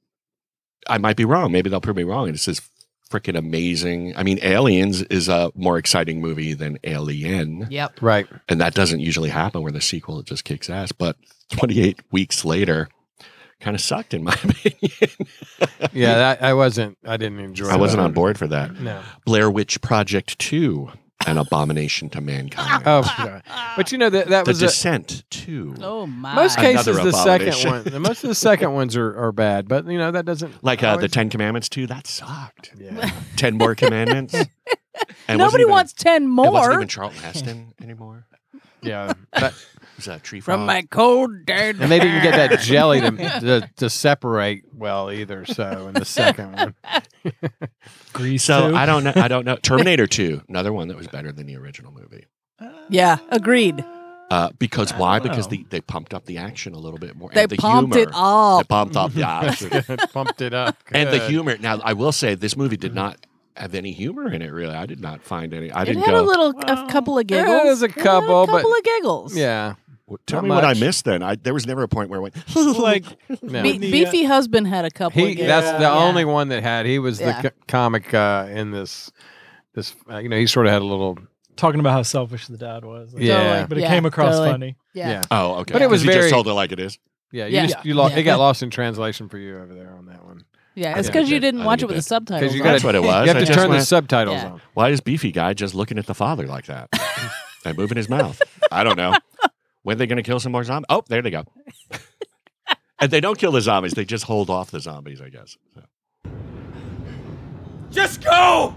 S6: I might be wrong. Maybe they'll prove me wrong. This is freaking amazing. I mean, Aliens is a more exciting movie than Alien.
S7: Yep.
S1: Right.
S6: And that doesn't usually happen where the sequel just kicks ass. But 28 weeks later, kind of sucked in my opinion.
S1: yeah, that, I wasn't. I didn't enjoy.
S6: I wasn't
S1: that.
S6: on board for that.
S1: No.
S6: Blair Witch Project 2, an abomination to
S5: Ah,
S6: mankind.
S1: Oh, yeah. but you know that that
S6: the
S1: was a-
S6: Descent 2.
S7: Oh my.
S1: most cases
S6: Another
S1: the second
S6: abomination.
S1: one. the- Most of the second ones are, are bad, but you know that doesn't
S6: Like uh, the
S1: always-
S6: Ten Commandments too. That sucked. Yeah. Ten more commandments. And it wasn't
S7: Nobody
S6: even-
S7: wants ten
S6: It wasn't
S7: more.
S6: even Charlton Heston anymore.
S1: yeah. That,
S6: It was a tree
S7: From
S6: frog.
S7: my cold dead.
S1: and they didn't get that
S7: heart.
S1: jelly to, to to separate well either. So in the second one,
S5: Grease.
S6: So
S1: too.
S6: I don't know. I don't know. Terminator Two, another one that was better than the original movie.
S7: yeah, agreed.
S6: Uh, because why? Because
S5: know.
S6: the, they pumped up the action a little bit more.
S7: They
S6: and the
S7: pumped it
S6: humor. They
S7: up.
S6: pumped up the action.
S1: pumped it up.
S6: and the
S1: Good.
S6: humor. Now, I will say this movie did not have any humor in it. Really, I did not find any. I
S7: Mm-hmm. it
S6: didn't
S7: had
S6: go.
S7: a little, a couple of giggles.
S1: there's a
S7: It had
S1: couple,
S7: a
S1: but-
S7: couple of giggles.
S1: Yeah.
S6: Tell
S1: Not
S6: me what I
S1: much.
S6: missed then. I, there was never a point where I went.
S5: like
S1: No.
S7: Be-
S5: uh,
S7: beefy husband had a couple.
S1: He,
S7: of giggles.
S1: that's the
S7: Yeah.
S1: only one that had. He was
S7: Yeah.
S1: the co- comic uh, in this. This uh, you know he sort of had a little.
S5: Talking about how selfish the dad was.
S1: Yeah.
S5: But it
S7: Yeah,
S5: came across
S7: totally.
S5: funny.
S7: Yeah.
S6: Oh, okay.
S1: But it was
S6: you
S1: very-
S6: just told it like it is.
S1: Yeah, you
S7: Yeah.
S1: just you lost.
S7: Yeah.
S1: It got lost in translation for you over there on that one.
S7: Yeah,
S1: I
S7: it's
S1: think
S7: because you
S1: it-
S7: didn't
S6: I
S7: watch
S6: think it
S7: it with
S6: did.
S7: the subtitles.
S1: you
S7: on.
S1: gotta-
S6: That's what it
S1: you
S6: was.
S1: have
S6: I
S1: to
S6: just
S1: turn the
S6: went,
S1: subtitles
S7: Yeah.
S1: on.
S6: Why is Beefy guy just looking at the father like that and moving his mouth? I don't know. When they going to kill some more zombies? Oh, there they go. and they don't kill the zombies. They just hold off the zombies, I guess. So.
S11: Just go!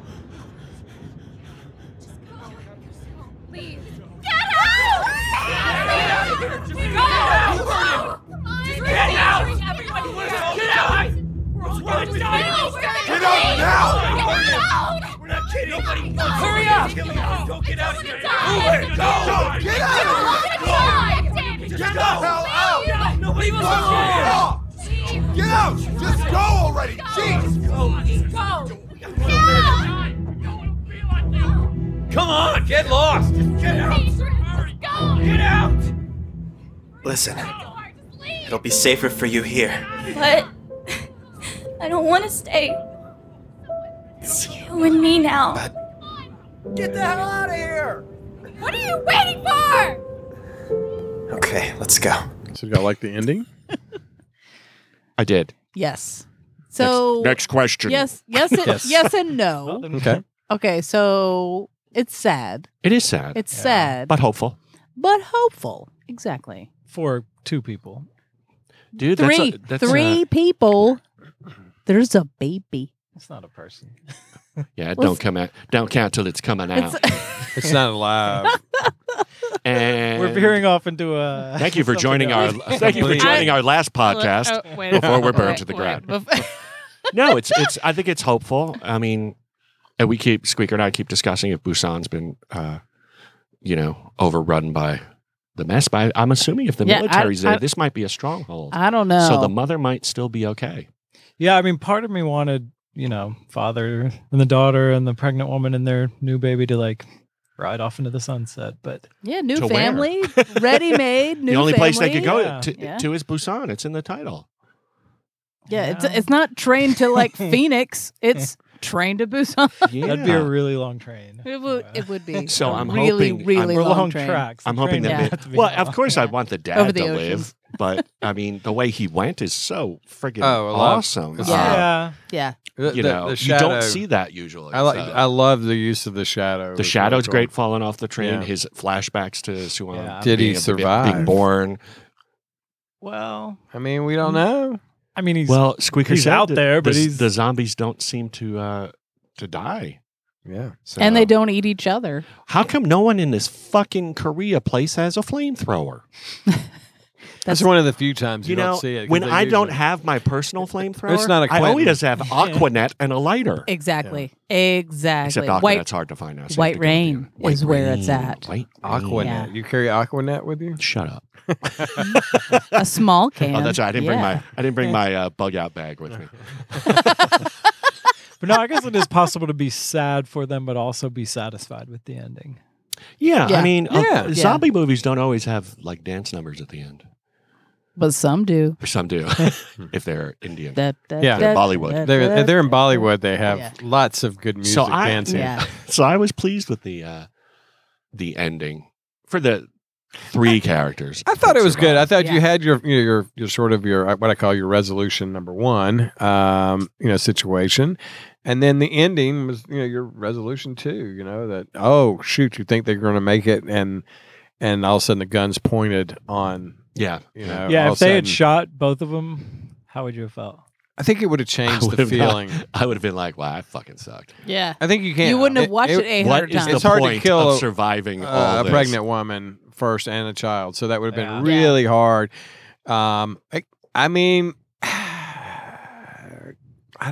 S8: Please. Get out! Get out! Get out! Get out! Get out! Get out now! Get out! We're not kidding. Nobody wants Hurry up! Don't get out here. Move it! Go! Get out! Get the hell out! Nobody wants to leave. Get out! Just go already! Jeez! Go! Get out!
S11: Come on, get lost!
S8: Get out! Get out!
S13: Listen, it'll be safer for you here.
S14: But I don't want to stay. It's you and me now.
S8: Get the hell out of here! What are you waiting for?
S13: Okay, let's go.
S1: So you got like the ending?
S6: I did.
S7: Yes. So
S6: next question.
S7: Yes, yes, and, yes.
S6: Yes.
S7: and no.
S6: Oh, Okay.
S7: Okay, so it's sad.
S6: It is sad.
S7: It's sad,
S6: But hopeful.
S7: but hopeful. Exactly.
S5: For two people.
S6: Dude, that's
S7: three,
S6: a- that's
S7: three
S6: a-
S7: people. There's a baby.
S5: It's not a person.
S6: Yeah,
S7: Well,
S6: don't come out. Don't count till it's coming out.
S7: It's-
S1: It's not alive.
S6: and
S5: We're veering off into a.
S6: Thank you for
S5: something
S6: joining our
S5: else.
S6: thank you for joining our last podcast
S5: oh, wait,
S6: before we're burned
S5: wait,
S6: to the
S5: wait,
S6: ground.
S5: bef-
S6: no, it's it's. I think it's hopeful. I mean, and we keep Squeaker and I keep discussing if Busan's been, uh, you know, overrun by the mess. But I, I'm assuming if the
S7: Yeah, I-
S6: military's there,
S7: I-
S6: this might be a stronghold.
S7: I don't
S6: So
S7: know.
S6: the mother might still be okay.
S5: Yeah, I mean, part of me wanted, you know, father and the daughter and the pregnant woman and their new baby to like ride off into the sunset, but
S7: Yeah, new
S6: To where?
S7: family, ready made. New
S6: the only place they could
S7: family.
S6: go
S7: yeah.
S6: to,
S7: yeah.
S6: to is Busan. It's in the title.
S7: Yeah, it's it's not trained to like Phoenix. It's trained to Busan.
S6: Yeah.
S5: that'd be a really long train.
S7: It would it would be
S6: So
S7: a
S6: I'm
S7: really
S6: hoping-
S7: really
S6: I'm-
S5: Or
S7: long,
S5: long
S7: train.
S5: tracks.
S6: I'm
S5: The
S6: hoping
S5: train
S6: that.
S5: would have to
S6: may-
S5: be
S6: well,
S5: long.
S6: of course, I'd want the dad
S7: Over the
S6: to
S7: oceans.
S6: live, but I mean, the way he went is so friggin'
S1: Oh, a lot.
S6: awesome. Uh,
S1: Yeah.
S5: Yeah.
S7: Yeah.
S1: The-
S6: you
S1: the-
S6: know,
S1: the
S6: you
S1: shadow.
S6: don't see that usually.
S1: I like.
S6: so.
S1: I love the use of the shadow. It
S6: the
S1: was
S6: shadow's
S1: really
S6: great
S1: cool.
S6: falling off the train.
S1: Yeah.
S6: His flashbacks to Suwon.
S5: Yeah.
S1: Did he
S6: being- Being
S1: survive?
S6: born.
S5: Well,
S1: I mean, we don't know.
S5: I mean, he's
S6: well, Squeaker
S5: he's
S6: said
S5: out
S6: that
S5: there, but
S6: the,
S5: he's
S6: the zombies don't seem to uh, to die.
S1: Yeah.
S6: So.
S7: And they don't eat each other.
S6: How come no one in this fucking Korea place has a flamethrower?
S1: That's, one of the few times you,
S6: You know,
S1: don't see it. 'cause
S6: when
S1: they
S6: I don't
S1: usually-
S6: have my personal flamethrower,
S1: It's not a
S6: I
S1: Quentin.
S6: always just have Aquanet and a lighter.
S7: Exactly. Exactly.
S6: Except Aquanet's
S7: White
S6: hard to find now. so you have
S7: White
S6: to go with the-
S7: Rain is where it's at.
S6: White
S1: Aquanet.
S7: Yeah.
S1: You carry Aquanet with you?
S6: Shut up.
S7: A small can.
S6: Oh, that's right. I didn't bring
S7: Yeah.
S6: my I didn't bring my uh, bug out bag with me.
S5: but no, I guess it is possible to be sad for them, but also be satisfied with the ending.
S6: Yeah,
S7: Yeah.
S6: I mean, uh,
S1: Yeah.
S7: Yeah.
S6: zombie movies don't always have like dance numbers at the end.
S7: But some do.
S6: Some do, if they're Indian.
S7: That, that,
S1: Yeah.
S7: that,
S6: Bollywood.
S7: that,
S1: They're,
S7: that.
S1: if they're in Bollywood. They have
S7: Yeah.
S1: lots of good music
S6: so I
S1: dancing.
S7: Yeah.
S6: so I was pleased with the uh, the ending for the three characters.
S1: I thought
S6: that
S1: it was good. I
S6: survived.
S1: thought
S7: Yeah.
S1: you had your, you know, your your sort of your what I call your resolution number one, um, you know, situation, and then the ending was you know your resolution two. You know that oh shoot, you think they're going to make it, and and all of a sudden the guns pointed on
S6: yeah,
S1: you know
S5: yeah,
S1: all
S5: if
S1: of a
S5: they
S1: sudden-
S5: had shot both of them, how would you have felt?
S1: I think it would have
S6: I
S1: changed the
S6: would've not-
S1: feeling.
S6: I would have been like, "Wow, I fucking sucked."
S7: Yeah.
S1: I think you can't.
S7: You wouldn't have watched it, 800
S6: What is
S7: times.
S6: the
S1: It's hard to
S6: point
S1: kill
S6: of
S1: a-
S6: surviving
S1: uh,
S6: all
S1: a
S6: this?
S1: pregnant woman first and a child. So that would have been
S5: Yeah.
S7: Yeah.
S1: really hard. Um, I, I mean, I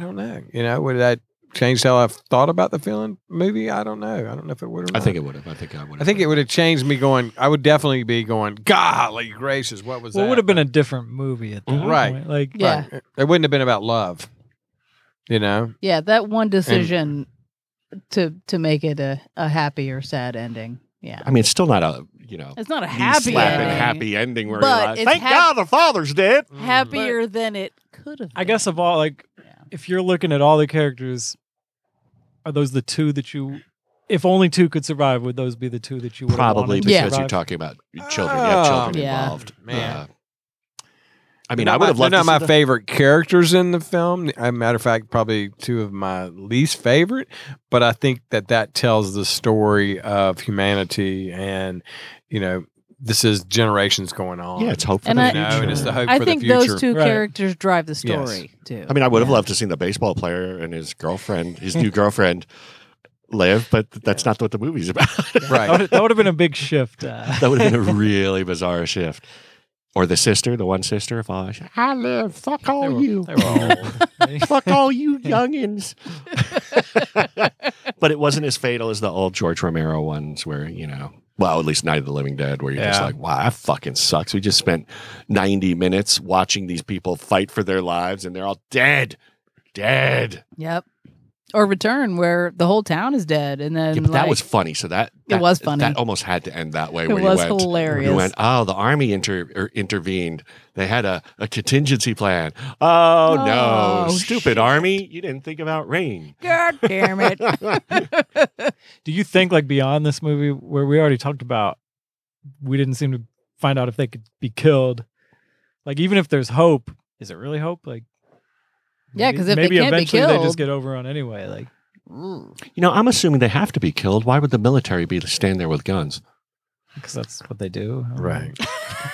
S1: don't know. You know, would that changed how I've thought about the film movie. I don't know. I don't know if it would.
S6: I think it would have. I think I would
S1: I
S6: have.
S1: think it would have changed me going. I would definitely be going. Golly gracious, what was
S5: Well, it
S1: that?
S5: would have been a different movie at that
S6: Mm-hmm.
S1: right.
S5: point. Like,
S7: Yeah.
S1: Right. It wouldn't have been about love. You know.
S7: Yeah, that one decision to to make it a, a happy or sad ending. Yeah.
S6: I mean, it's still not a you know
S7: It's not a
S6: knee
S7: happy
S6: slapping
S7: ending.
S6: happy ending where
S7: But
S6: you're like,
S7: it's
S6: thank
S7: hap-
S6: God the father's dead.
S7: Happier than it could have.
S5: I guess of all, like, if you're looking at all the characters, are those the two that you, if only two could survive, would those be the two that you would
S6: Probably because you're talking about children. You have children
S5: Oh, yeah.
S6: involved.
S1: Man.
S6: Uh, I mean,
S1: They're
S6: I
S1: not
S6: would
S1: my-
S6: have loved
S1: They're
S6: to
S1: not my
S6: see the-
S1: favorite characters in the film. As a matter of fact, probably two of my least favorite. But I think that that tells the story of humanity, and you know, this is generations going on.
S6: Yeah, it's hope for
S7: And
S6: the
S7: I,
S1: You know, and it's the hope for
S7: I
S1: the
S7: think
S1: future.
S7: those two characters drive the story too.
S6: I mean, I would have loved to seen the baseball player and his girlfriend, his new girlfriend, live, but that's not what the movie's about.
S5: That would- that would have been a big shift. Uh,
S6: that would have been a really bizarre shift. Or the sister, the one sister, if I I live. Fuck all you. Fuck all you youngins. but it wasn't as fatal as the old George Romero ones where, you know, well, at least Night of the Living Dead, where you're just
S1: Yeah.
S6: like, wow, that fucking sucks. We just spent 90 minutes watching these people fight for their lives and they're all dead. Dead.
S7: Yep. Or Return, where the whole town is dead, and then
S6: Yeah, but that
S7: like-
S6: was funny. So that,
S7: It
S6: that-
S7: was funny.
S6: That almost had to end that way.
S7: It
S6: where
S7: was
S6: you went,
S7: hilarious.
S6: You went, oh, the army inter- er, intervened. They had a, a contingency plan. Oh,
S7: Oh,
S6: no, stupid army! You didn't think about rain.
S7: God damn it.
S5: Do you think like beyond this movie where we already talked about we didn't seem to find out if they could be killed? Like even if there's hope, is it really hope? Like
S7: Yeah, 'cause if they
S5: maybe
S7: can't be
S5: eventually they
S7: killed-
S5: just get overrun anyway. Like
S6: You know, I'm assuming they have to be killed. Why would the military be standing there with guns?
S5: because that's what they do,
S6: Right.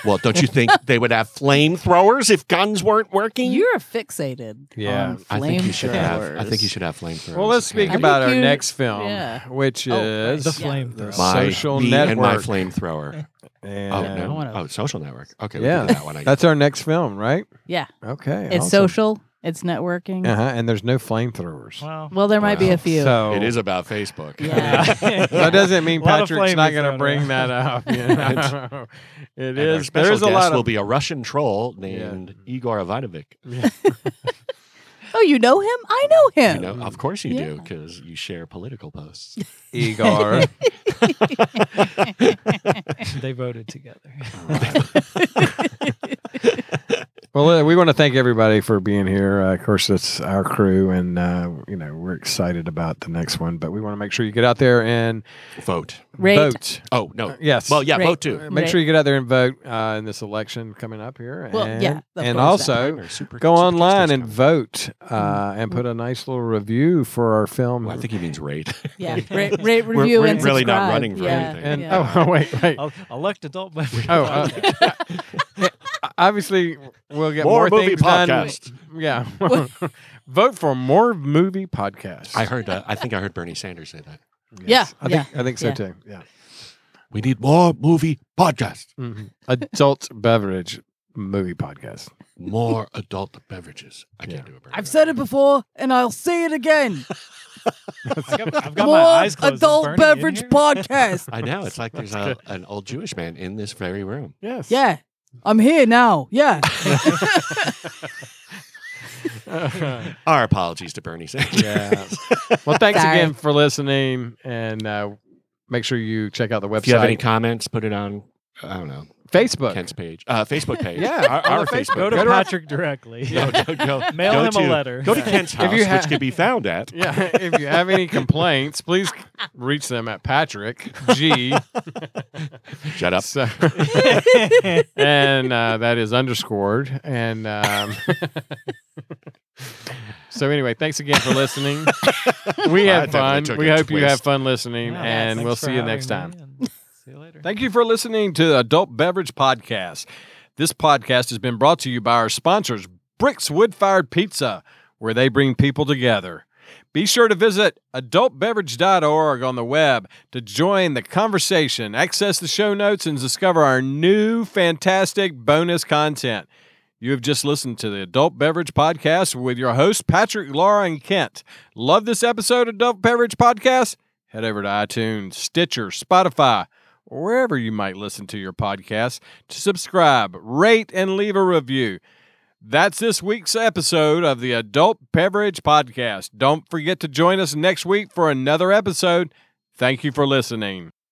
S6: well, don't you think they would have flamethrowers if guns weren't working?
S7: You're fixated.
S1: Yeah.
S7: on
S6: I think you should have. I
S7: flamethrowers.
S6: think you should have flamethrowers.
S1: Well, let's speak
S7: I think
S1: about our
S7: you-
S1: next film,
S7: yeah.
S1: which
S7: Oh,
S1: is
S7: right. The Yeah. Flamethrower.
S6: My-
S1: social
S6: me
S1: network.
S6: and my flamethrower.
S1: And-
S6: oh no! Oh, social network. Okay, we
S1: yeah,
S6: did that one. I
S1: that's our next film, right?
S7: Yeah.
S1: Okay.
S7: It's social. It's networking.
S1: Uh huh. And there's no flamethrowers.
S7: Well, there might be a few.
S1: So
S6: It is about Facebook.
S7: Yeah.
S1: that doesn't mean
S6: A lot of
S1: Patrick's
S6: flame
S1: not
S6: is
S1: going to
S6: thrown
S1: bring that
S6: around.
S1: up. You
S6: It's-
S1: know? it
S6: And our
S1: is.
S6: special
S1: There's a
S6: guest
S1: lot
S6: will
S1: of
S6: be a Russian troll named Igor Ivanovic.
S7: oh, you know him? I know him.
S6: You know, of course you do, because you share political posts.
S1: Igor.
S5: they voted together.
S1: Well, uh, we want to thank everybody for being here. Uh, of course, it's our crew, and uh, you know we're excited about the next one. But we want to make sure you get out there and
S6: vote.
S7: Rate.
S1: Vote.
S6: Oh no.
S1: Uh, yes.
S6: Well, yeah, Rate. vote too.
S1: Uh, Make sure you get out there and vote uh, in this election coming up here.
S7: Well,
S1: and,
S7: yeah, of
S1: and
S7: course.
S1: also
S6: Primer, super-
S1: go online and vote uh, and put a nice little review for our film.
S6: I think he means rate.
S7: Yeah. Rate, rate
S6: We're-
S7: review,
S6: we're
S7: and
S6: really not
S7: subscribe.
S6: running for
S7: yeah.
S6: anything.
S1: And
S7: yeah.
S1: oh, wait, wait.
S5: I'll elect adult beverage.
S1: Oh, uh, obviously we'll get more,
S6: More movie
S1: things
S6: podcast.
S1: done. Yeah, vote for more movie podcast.
S6: I heard. Uh, I think I heard Bernie Sanders say that.
S1: I think I think so too. Yeah.
S6: We need more movie podcasts.
S1: Mhm. Adult beverage movie podcast.
S6: More adult beverages. I can't do it.
S7: I've said it before, and I'll say it again.
S5: I've got
S7: More
S5: my eyes closed. Is
S7: adult
S5: Bernie in
S7: beverage
S5: here?
S7: podcast.
S6: I know. It's like there's a, an old Jewish man in this very room.
S1: Yes.
S7: Yeah. I'm here now. Yeah.
S6: Our apologies to Bernie Sanders.
S1: Yeah. Well, thanks
S7: Sorry.
S1: again for listening, and uh, make sure you check out the website.
S6: If you have any comments, put it on. I don't know.
S1: Facebook.
S6: Kent's page. Uh, Facebook page.
S1: Yeah,
S6: Our,
S1: on
S6: our
S1: the
S6: Facebook.
S1: Facebook.
S5: Go to
S1: Go to-
S5: Patrick directly.
S6: No, no, go-
S5: Mail
S6: go
S5: him a
S6: to-
S5: letter.
S6: Go to Kent's
S1: If
S6: house,
S1: you ha-
S6: which can be found at.
S1: Yeah, if you have any complaints, please reach them at Patrick G.
S6: Shut up.
S1: So, and uh, that is underscored. And um, so, anyway, thanks again for listening. We
S6: Wow,
S1: had
S6: that definitely
S1: fun.
S6: took
S1: We
S6: a
S1: hope you have
S6: twist.
S1: fun listening,
S5: Yeah,
S1: and
S5: thanks
S1: we'll
S5: for
S1: see you next time.
S5: having me, and See you later.
S1: Thank you for listening to the Adult Beverage Podcast. This podcast has been brought to you by our sponsors, Bricks Wood Fired Pizza, where they bring people together. Be sure to visit adultbeverage.org on the web to join the conversation, access the show notes, and discover our new fantastic bonus content. You have just listened to the Adult Beverage Podcast with your hosts, Patrick, Laura, and Kent. Love this episode of Adult Beverage Podcast? Head over to iTunes, Stitcher, Spotify, or wherever you might listen to your podcast to subscribe, rate, and leave a review. That's this week's episode of the Adult Beverage Podcast. Don't forget to join us next week for another episode. Thank you for listening.